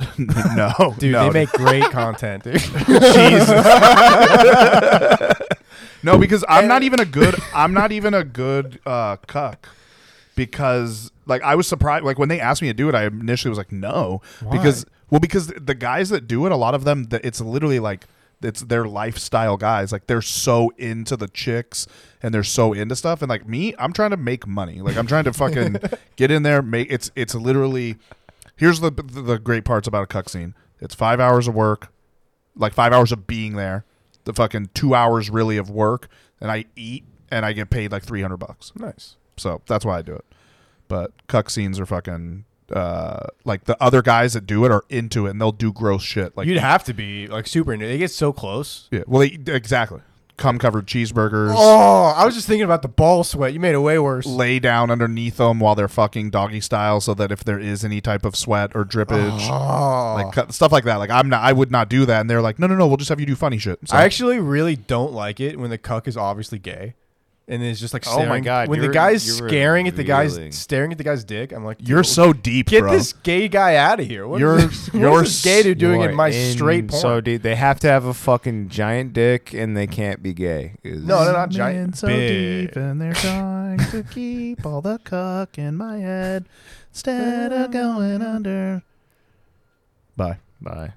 C: no,
A: Dude,
C: no,
A: they make great content. Dude.
C: No, because I'm not even a good I'm not even a good uh cuck because like I was surprised like when they asked me to do it I initially was like no because well because the guys that do it a lot of them that it's literally like it's their lifestyle guys like they're so into the chicks and they're so into stuff and like me I'm trying to make money like I'm trying to fucking get in there make it's it's literally here's the the great parts about a cuck scene it's 5 hours of work like five hours of being there, the fucking two hours really of work, and I eat and I get paid like three hundred bucks.
A: nice.
C: So that's why I do it. But cuck scenes are fucking uh like the other guys that do it are into it and they'll do gross shit like
A: You'd have to be like super into. They get so close.
C: yeah well they exactly cum covered cheeseburgers
A: Oh, I was just thinking about the ball sweat. You made it way worse.
C: lay down underneath them while they're fucking doggy style so that if there is any type of sweat or drippage
A: Oh.
C: like cut, stuff like that like I'm not I would not do that and they're like no no no we'll just have you do funny shit so,
A: I actually really don't like it when the cuck is obviously gay, and is just like
B: Oh my
A: staring.
B: God,
A: When the
B: you're-
A: guy's
B: you're
A: scaring at the guy's
B: revealing.
A: staring at the guy's dick, I'm like,
C: you're
A: dude,
C: so deep
A: get
C: bro.
A: this gay guy out of here. What is
C: You're-
A: this, what
C: you're
A: is this gay dude doing in my straight porn?
B: So, dude, they have to have a fucking giant dick and they can't be gay. Is-
A: no, no, not giant.
C: so
A: Big.
C: deep, and they're trying to keep all the cock in my head instead of going under. Bye.
B: Bye.